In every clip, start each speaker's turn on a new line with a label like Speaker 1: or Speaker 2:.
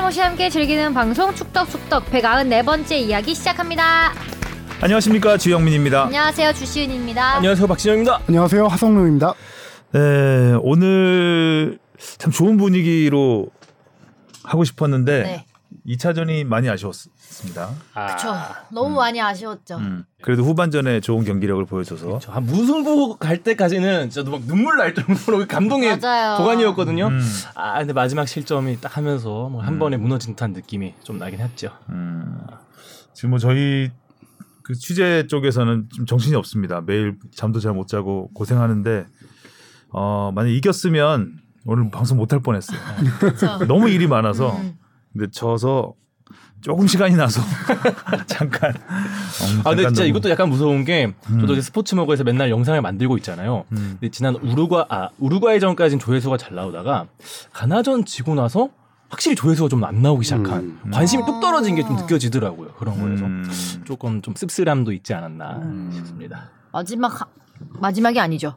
Speaker 1: 정씨 함께 즐기는 방송 축덕축덕 194번째 이야기 시작합니다.
Speaker 2: 안녕하십니까 주영민입니다.
Speaker 1: 안녕하세요 주시은입니다.
Speaker 3: 안녕하세요 박진영입니다.
Speaker 4: 안녕하세요 하성룡입니다.
Speaker 2: 네, 오늘 참 좋은 분위기로 하고 싶었는데
Speaker 5: 네.
Speaker 2: 2차전이 많이 아쉬웠습니다.
Speaker 5: 그쵸. 너무 많이 아쉬웠죠.
Speaker 2: 음, 그래도 후반전에 좋은 경기력을 보여줘서
Speaker 3: 저 한 무승부 갈 때까지는 진짜 막 눈물 날 정도로 감동의
Speaker 5: 맞아요.
Speaker 3: 도가니였거든요.
Speaker 2: 음,
Speaker 3: 아 근데 마지막 실점이 딱 하면서 뭐 한 번에 무너진 듯한 느낌이 좀 나긴 했죠.
Speaker 2: 음. 지금 뭐 저희 그 취재 쪽에서는 좀 정신이 없습니다. 매일 잠도 잘 못 자고 고생하는데 어, 만약 이겼으면 오늘 방송 못 할 뻔했어요.
Speaker 5: 그쵸.
Speaker 2: 너무 일이 많아서
Speaker 5: 음.
Speaker 2: 근데 져서 조금 시간이 나서 잠깐.
Speaker 3: 아 근데 진짜 이것도 약간 무서운 게 저도
Speaker 2: 음.
Speaker 3: 이제 스포츠 먹어에서 맨날 영상을 만들고 있잖아요.
Speaker 2: 음.
Speaker 3: 근데 지난 우루과 아 우루과이전까지는 조회수가 잘 나오다가 가나전 지고 나서 확실히 조회수가 좀 안 나오기 시작한
Speaker 2: 음.
Speaker 3: 관심이
Speaker 5: 음.
Speaker 3: 뚝 떨어진 게 좀 느껴지더라고요. 그런 거에서
Speaker 2: 음.
Speaker 3: 조금 좀 씁쓸함도 있지 않았나 싶습니다.
Speaker 2: 음.
Speaker 5: 마지막 하- 마지막이 아니죠.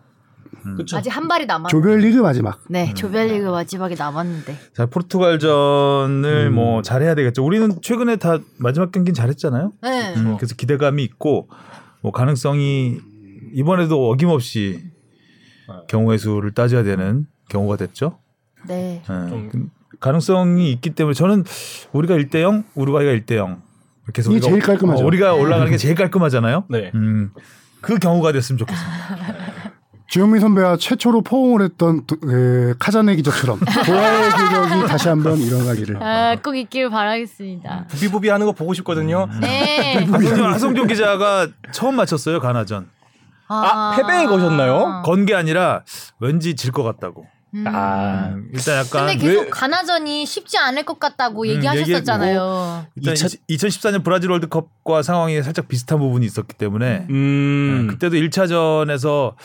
Speaker 3: 그쵸.
Speaker 5: 아직 한 발이 남았.
Speaker 4: 조별리그 마지막.
Speaker 5: 네, 조별리그 마지막이 남았는데.
Speaker 2: 자 포르투갈전을
Speaker 4: 음.
Speaker 2: 뭐 잘해야 되겠죠. 우리는 최근에 다 마지막 경기는 잘했잖아요.
Speaker 5: 네.
Speaker 2: 음, 그래서 기대감이 있고 뭐 가능성이 이번에도 어김없이 경우의 수를 따져야 되는 경우가 됐죠.
Speaker 5: 네.
Speaker 2: 예.
Speaker 3: 좀-
Speaker 2: 그 가능성이 있기 때문에 저는 우리가 1대 0, 우루과이가 1대 0 이렇게 해서
Speaker 4: 이게
Speaker 2: 우리가
Speaker 4: 제일 깔끔하죠. 네.
Speaker 2: 어, 우리가 올라가는 게 제일 깔끔하잖아요.
Speaker 3: 네.
Speaker 2: 음, 그 경우가 됐으면 좋겠습니다.
Speaker 4: 주현민 선배가 최초로 포옹을 했던 도- 그 카자네 기적처럼 도하의 기적이 다시 한번 일어나기를.
Speaker 5: 아, 꼭 있길 바라겠습니다.
Speaker 3: 부비부비 하는 거 보고 싶거든요.
Speaker 2: 음.
Speaker 5: 네.
Speaker 2: 아, 하성종, 하성종 기자가 처음 맞췄어요 가나전.
Speaker 3: 아, 패배에
Speaker 5: 어.
Speaker 3: 거셨나요?
Speaker 2: 건 게 아니라 왠지 질 것 같다고.
Speaker 5: 음.
Speaker 3: 아,
Speaker 2: 음, 일단
Speaker 5: 근데
Speaker 2: 약간
Speaker 5: 계속
Speaker 3: 왜-
Speaker 5: 가나전이 쉽지 않을 것 같다고
Speaker 2: 음,
Speaker 5: 얘기하셨었잖아요.
Speaker 2: 일단
Speaker 3: 이차-
Speaker 2: 2014년 브라질 월드컵과 상황이 살짝 비슷한 부분이 있었기 때문에 음,
Speaker 3: 음,
Speaker 2: 그때도 1차전에서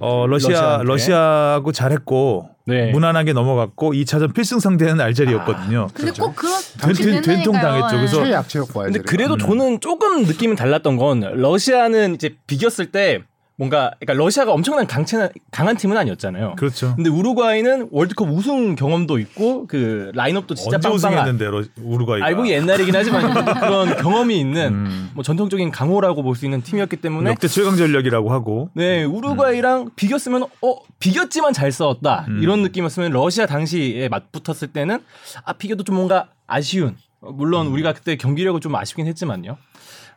Speaker 2: 어, 러시아
Speaker 3: 러시아한테.
Speaker 2: 러시아하고 잘했고
Speaker 3: 네.
Speaker 2: 무난하게 넘어갔고 2차전 필승 상대는 알제리였거든요.
Speaker 5: 아, 근데
Speaker 3: 그렇죠.
Speaker 5: 꼭 그런
Speaker 2: 된- 된- 된통 당했죠. 그래서
Speaker 4: 최약체였고
Speaker 3: 근데 그래도
Speaker 2: 음.
Speaker 3: 저는 조금 느낌이 달랐던 건 러시아는 이제 비겼을 때 뭔가 그러니까 러시아가 엄청난 강체 강한 팀은 아니었잖아요.
Speaker 2: 그렇죠.
Speaker 3: 근데 우루과이는 월드컵 우승 경험도 있고 그 라인업도 진짜
Speaker 2: 언제
Speaker 3: 빵빵한
Speaker 2: 우승했는데 러- 우루과이가.
Speaker 3: 알고 옛날이긴 하지만 그런 경험이 있는
Speaker 2: 음.
Speaker 3: 뭐 전통적인 강호라고 볼 수 있는 팀이었기 때문에
Speaker 2: 역대 최강 전력이라고 하고
Speaker 3: 네, 우루과이랑 비겼으면 어 비겼지만 잘 싸웠다
Speaker 2: 음.
Speaker 3: 이런 느낌이었으면 러시아 당시에 맞붙었을 때는 아 비겨도 좀 뭔가 아쉬운 어, 물론
Speaker 2: 음.
Speaker 3: 우리가 그때 경기력을 좀 아쉽긴 했지만요.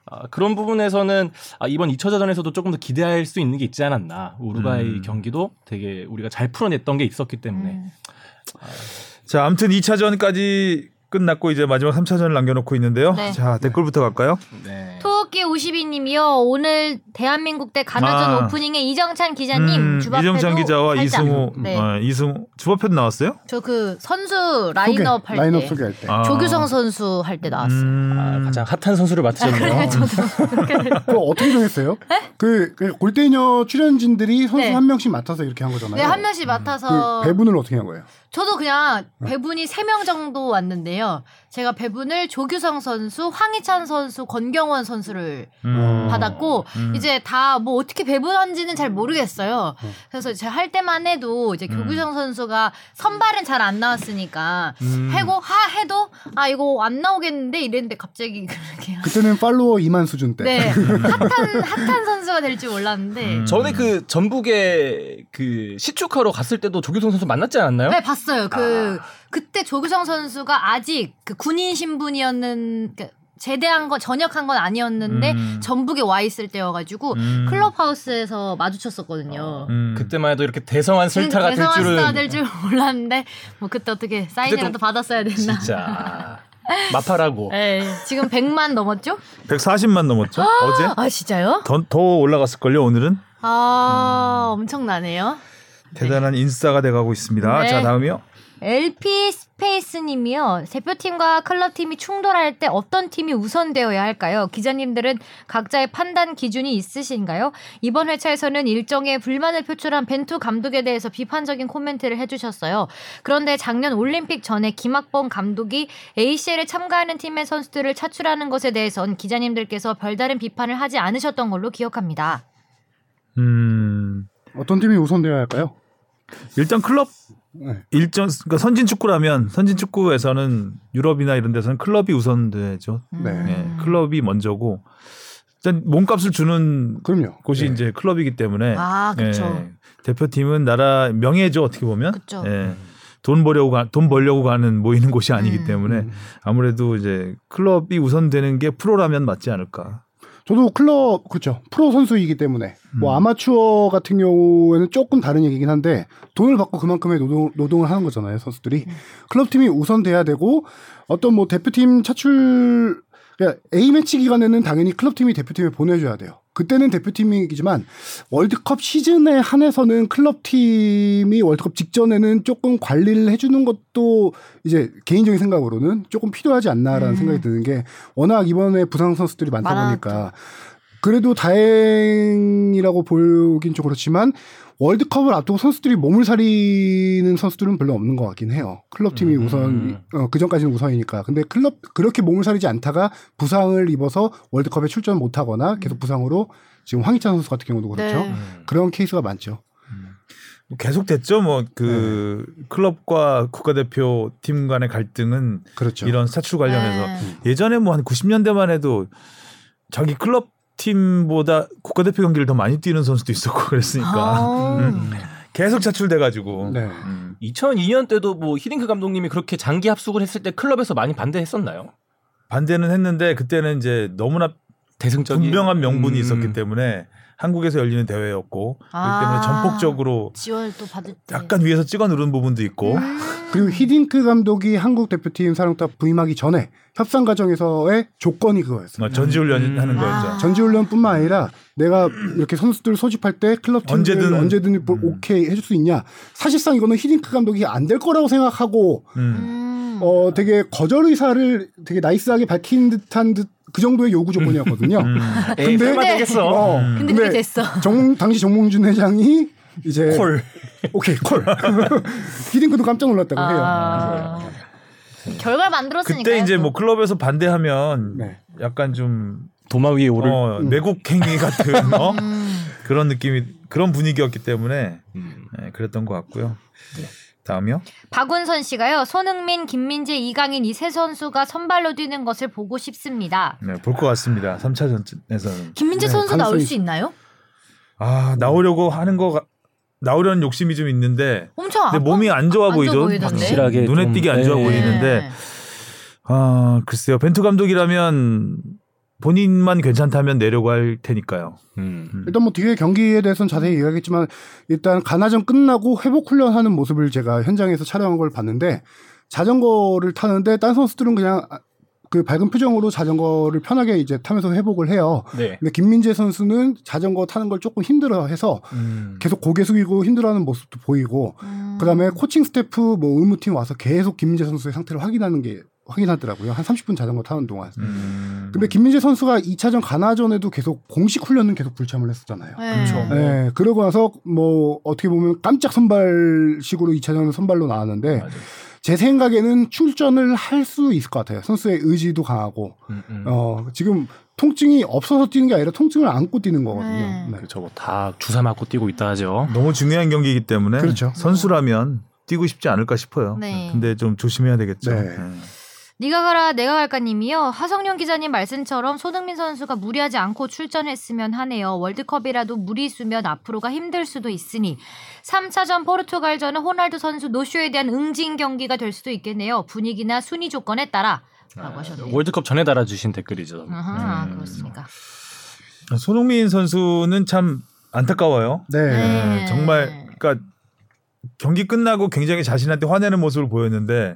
Speaker 3: 아, 그런 부분에서는 아, 이번 2차전에서도 조금 더 기대할 수 있는 게 있지 않았나. 우루과이
Speaker 2: 음.
Speaker 3: 경기도 되게 우리가 잘 풀어냈던 게 있었기 때문에
Speaker 2: 자, 아무튼 2차전까지 끝났고 이제 마지막 3차전을 남겨놓고 있는데요.
Speaker 5: 네.
Speaker 2: 자, 댓글부터 갈까요?
Speaker 5: 음.
Speaker 3: 네.
Speaker 1: 토끼 52님이요. 오늘 대한민국 대 가나전
Speaker 2: 아.
Speaker 1: 오프닝에 이정찬 기자님
Speaker 2: 음,
Speaker 1: 주바페도
Speaker 2: 이정찬 기자와
Speaker 1: 살짝.
Speaker 2: 이승우,
Speaker 5: 네.
Speaker 2: 어, 이승우 주바편 나왔어요?
Speaker 5: 저 그 선수 라인업 할 때.
Speaker 4: 라인업 소개할 때
Speaker 2: 아.
Speaker 5: 네, 조규성 선수 할 때 나왔어요.
Speaker 2: 음,
Speaker 3: 아, 가장 핫한 선수를 맡으셨네요.
Speaker 4: 그거 어떻게 정했어요? 그, 그 골대녀 출연진들이 선수
Speaker 5: 네.
Speaker 4: 한 명씩 맡아서 이렇게 한 거잖아요.
Speaker 5: 네, 한 명씩
Speaker 4: 그
Speaker 5: 맡아서
Speaker 4: 배분을 어떻게 한 거예요?
Speaker 5: 저도 그냥
Speaker 2: 네.
Speaker 5: 배분이 3명 정도 왔는데요. 제가 배분을 조규성 선수, 황희찬 선수, 권경원 선수를
Speaker 2: 음.
Speaker 5: 받았고
Speaker 2: 음.
Speaker 5: 이제 다 뭐 어떻게 배분한지는 잘 모르겠어요.
Speaker 2: 네.
Speaker 5: 그래서 제가 할 때만 해도
Speaker 2: 음.
Speaker 5: 이제 조규성 선수가 선발은 잘 안 나왔으니까
Speaker 2: 음.
Speaker 5: 해고 하 해도 아 이거 안 나오겠는데 이랬는데 갑자기 그렇게
Speaker 4: 그때는 팔로워 2만 수준 때.
Speaker 5: 네 핫한 핫한 선수가 될 줄 몰랐는데
Speaker 2: 음.
Speaker 3: 전에 그 전북에 그 시축하러 갔을 때도 조규성 선수 만났지 않았나요?
Speaker 5: 네 봤어요. 그 그때 조규성 선수가 아직 그 군인 신분이었는 그 제대한 거 전역한 건 아니었는데
Speaker 2: 음.
Speaker 5: 전북에 와 있을 때여가지고
Speaker 2: 음.
Speaker 5: 클럽하우스에서 마주쳤었거든요.
Speaker 2: 음.
Speaker 3: 그때만 해도 이렇게 대성한 슬타가 될
Speaker 5: 대성한 스타가
Speaker 3: 줄은
Speaker 5: 될 줄은 몰랐는데 뭐 그때 어떻게 사인이라도
Speaker 3: 그때 또-
Speaker 5: 받았어야 됐나.
Speaker 3: 진짜 아, 마파라고
Speaker 5: 예, 지금 100만 넘었죠?
Speaker 2: 140만 넘었죠? 어제?
Speaker 5: 아 진짜요?
Speaker 2: 더, 더 올라갔을걸요, 오늘은?
Speaker 5: 아 엄청나네요.
Speaker 2: 대단한 인싸가 돼가고 있습니다.
Speaker 5: 네.
Speaker 2: 자, 다음이요.
Speaker 1: LP 스페이스님이요. 대표팀과 클럽팀이 충돌할 때 어떤 팀이 우선되어야 할까요? 기자님들은 각자의 판단 기준이 있으신가요? 이번 회차에서는 일정에 불만을 표출한 벤투 감독에 대해서 비판적인 코멘트를 해주셨어요. 그런데 작년 올림픽 전에 김학범 감독이 ACL에 참가하는 팀의 선수들을 차출하는 것에 대해선 기자님들께서 별다른 비판을 하지 않으셨던 걸로 기억합니다.
Speaker 2: 음.
Speaker 4: 어떤 팀이 우선되어야 할까요?
Speaker 2: 일단 클럽
Speaker 4: 네.
Speaker 2: 일정 그러니까 선진 축구라면 선진 축구에서는 유럽이나 이런 데서는 클럽이 우선 되죠.
Speaker 4: 네.
Speaker 5: 음.
Speaker 2: 예, 클럽이 먼저고 일단 몸값을 주는
Speaker 4: 그럼요.
Speaker 2: 곳이
Speaker 4: 예.
Speaker 2: 이제 클럽이기 때문에
Speaker 5: 아, 그쵸.
Speaker 2: 예, 대표팀은 나라 명예죠 어떻게 보면
Speaker 5: 그쵸.
Speaker 2: 예, 돈 벌려고 가, 돈 벌려고 가는 모이는 곳이 아니기
Speaker 5: 음.
Speaker 3: 네.
Speaker 2: 때문에 아무래도 이제 클럽이 우선되는 게 프로라면 맞지 않을까.
Speaker 4: 저도 클럽 그렇죠. 프로 선수이기 때문에 뭐 아마추어 같은 경우에는 조금 다른 얘기긴 한데 돈을 받고 그만큼의 노동, 노동을 하는 거잖아요 선수들이 클럽 팀이 우선 돼야 되고 어떤 뭐 대표팀 차출 그러니까 A 매치 기간에는 당연히 클럽 팀이 대표팀에 보내줘야 돼요. 그때는 대표팀이지만 월드컵 시즌에 한해서는 클럽 팀이 월드컵 직전에는 조금 관리를 해주는 것도 이제 개인적인 생각으로는 조금 필요하지 않나라는 생각이 드는 게 워낙 이번에 부상 선수들이 많다
Speaker 5: 많았죠.
Speaker 4: 보니까 그래도 다행이라고 보긴 좀 그렇지만 월드컵을 앞두고 선수들이 몸을 사리는 선수들은 별로 없는 것 같긴 해요. 클럽 팀이
Speaker 6: 음.
Speaker 4: 우선 어, 그 전까지는 우선이니까. 근데 클럽 그렇게 몸을 사리지 않다가 부상을 입어서 월드컵에 출전 못하거나 계속 부상으로 지금 황희찬 선수 같은 경우도 그렇죠.
Speaker 5: 네.
Speaker 6: 음.
Speaker 4: 그런 케이스가 많죠.
Speaker 2: 계속 됐죠. 뭐 그 클럽과 국가대표 팀 간의 갈등은
Speaker 4: 그렇죠. 음.
Speaker 2: 이런 사출 관련해서
Speaker 5: 네.
Speaker 2: 예전에 뭐 한 90년대만 해도 자기 클럽 팀보다 국가대표 경기를 더 많이 뛰는 선수도 있었고 그랬으니까
Speaker 5: 아.
Speaker 2: 음. 계속 차출돼가지고
Speaker 4: 네.
Speaker 2: 음.
Speaker 6: 2002년 때도 뭐 히딩크 감독님이 그렇게 장기 합숙을 했을 때 클럽에서 많이 반대했었나요?
Speaker 2: 반대는 했는데 그때는 이제 너무나
Speaker 6: 대승적인
Speaker 2: 분명한 명분이
Speaker 6: 음.
Speaker 2: 있었기 때문에 한국에서 열리는 대회였고
Speaker 5: 아. 네.
Speaker 2: 그렇기 때문에 전폭적으로
Speaker 5: 지원을 또 받을 때.
Speaker 2: 약간 위에서 찍어 누른 부분도 있고
Speaker 5: 음.
Speaker 4: 그리고 히딩크 감독이 한국 대표팀 사령탑 부임하기 전에 협상 과정에서의 조건이 그거였어요.
Speaker 2: 뭐 전지훈련
Speaker 6: 음.
Speaker 2: 하는
Speaker 6: 아.
Speaker 2: 거였죠.
Speaker 4: 전지훈련뿐만 아니라 내가 이렇게 선수들 소집할 때 클럽 팀들
Speaker 2: 언제든- 음.
Speaker 4: 언제든 언제든 볼- 오케이 해줄 수 있냐. 사실상 이거는 히딩크 감독이 안 될 거라고 생각하고
Speaker 2: 음.
Speaker 5: 음.
Speaker 4: 어 되게 거절 의사를 되게 나이스하게 밝힌 듯한 듯 그 정도의 요구 조건이었거든요.
Speaker 2: 음.
Speaker 6: 에이,
Speaker 4: 근데-
Speaker 6: 설마 아, 되겠어.
Speaker 4: 어,
Speaker 5: 근데
Speaker 2: 네.
Speaker 5: 그게 됐어.
Speaker 4: 정, 당시 정몽준 회장이 이제
Speaker 2: 콜.
Speaker 4: 오케이 콜. 히딩크도 깜짝 놀랐다고
Speaker 5: 아. 결과를 만들었으니까.
Speaker 2: 네. 그때 이제 뭐 클럽에서 반대하면
Speaker 4: 해요. 네.
Speaker 2: 약간 좀
Speaker 6: 도마 위에 뭐 오를 음.
Speaker 2: 어, 매국 행위 같은 어?
Speaker 1: 음.
Speaker 2: 그런 느낌이 그런 분위기였기 때문에
Speaker 6: 음.
Speaker 2: 예, 그랬던 것 같고요.
Speaker 5: 네.
Speaker 2: 다음이요.
Speaker 1: 박운선 씨가요. 손흥민, 김민재, 이강인 이 세 선수가 선발로 뛰는 것을 보고 싶습니다.
Speaker 2: 네, 볼 것 같습니다. 3차전에서는
Speaker 5: 김민재
Speaker 4: 네,
Speaker 5: 선수 나올
Speaker 4: 가능성이
Speaker 5: 수 있나요?
Speaker 6: 음.
Speaker 2: 아 나오려고 하는 거 같- 나오려는 욕심이 좀 있는데
Speaker 5: 엄청
Speaker 2: 근데
Speaker 5: 아파.
Speaker 2: 몸이 안 좋아
Speaker 5: 안 좋아
Speaker 2: 보이죠.
Speaker 5: 보이던데?
Speaker 6: 확실하게
Speaker 2: 눈에
Speaker 6: 좀,
Speaker 2: 띄게 안 좋아
Speaker 6: 네.
Speaker 2: 보이는데 아 글쎄요 벤투 감독이라면 본인만 괜찮다면 내려고 할 테니까요.
Speaker 6: 음.
Speaker 4: 일단 뭐 뒤에 경기에 대해서는 자세히 이야기했지만 일단 가나전 끝나고 회복 훈련하는 모습을 제가 현장에서 촬영한 걸 봤는데 자전거를 타는데 딴 선수들은 그냥 그 밝은 표정으로 자전거를 편하게 이제 타면서 회복을 해요.
Speaker 6: 네.
Speaker 4: 근데 김민재 선수는 자전거 타는 걸 조금 힘들어해서 계속 고개 숙이고 힘들어하는 모습도 보이고 그다음에 코칭 스태프 뭐 의무팀 와서 계속 김민재 선수의 상태를 확인하는 게 확인하더라고요. 한 30분 자전거 타는 동안.
Speaker 2: 음.
Speaker 4: 근데 김민재 선수가 2차전 가나전에도 계속 공식 훈련은 계속 불참을 했었잖아요.
Speaker 1: 네.
Speaker 5: 그렇죠.
Speaker 4: 예,
Speaker 6: 네.
Speaker 4: 그러고 나서 뭐 어떻게 보면 깜짝 선발식으로 2차전 선발로 나왔는데
Speaker 6: 맞아요.
Speaker 4: 제 생각에는 출전을 할 수 있을 것 같아요. 선수의 의지도 강하고
Speaker 6: 음, 음.
Speaker 4: 어, 지금 통증이 없어서 뛰는 게 아니라 통증을 안고 뛰는 거거든요.
Speaker 5: 네.
Speaker 4: 네.
Speaker 6: 그렇죠. 뭐다 주사 맞고 뛰고 있다 하죠.
Speaker 2: 너무 중요한 경기이기 때문에
Speaker 4: 그렇죠.
Speaker 2: 선수라면 뛰고 싶지 않을까 싶어요.
Speaker 5: 네.
Speaker 2: 근데 좀 조심해야 되겠죠.
Speaker 4: 네.
Speaker 2: 예.
Speaker 1: 네가 가라 내가 갈까님이요 하성룡 기자님 말씀처럼 손흥민 선수가 무리하지 않고 출전했으면 하네요 월드컵이라도 무리 있으면 앞으로가 힘들 수도 있으니 3차전 포르투갈전은 호날두 선수 노쇼에 대한 응징 경기가 될 수도 있겠네요 분위기나 순위 조건에 따라
Speaker 3: 아,
Speaker 1: 라고 하셨네요
Speaker 6: 월드컵 전에 달아주신 댓글이죠.
Speaker 5: 음.
Speaker 1: 아하,
Speaker 3: 네.
Speaker 1: 그렇습니까
Speaker 2: 손흥민 선수는 참 안타까워요.
Speaker 4: 네.
Speaker 5: 네.
Speaker 2: 예, 정말 그러니까 경기 끝나고 굉장히 자신한테 화내는 모습을 보였는데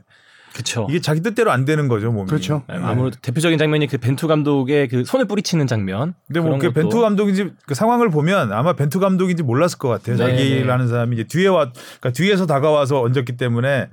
Speaker 6: 그렇죠.
Speaker 2: 이게 자기 뜻대로 안 되는 거죠 몸이.
Speaker 4: 그렇죠.
Speaker 2: 예.
Speaker 6: 네, 아무래도 대표적인 장면이 그 벤투 감독의 그 손을 뿌리치는 장면.
Speaker 2: 근데 뭐
Speaker 6: 그런
Speaker 2: 그
Speaker 6: 것도-
Speaker 2: 벤투 감독인지 그 상황을 보면 아마 벤투 감독인지 몰랐을 것 같아요.
Speaker 6: 네,
Speaker 2: 자기라는 사람이 이제 뒤에 와, 그러니까 뒤에서 다가와서 얹었기 때문에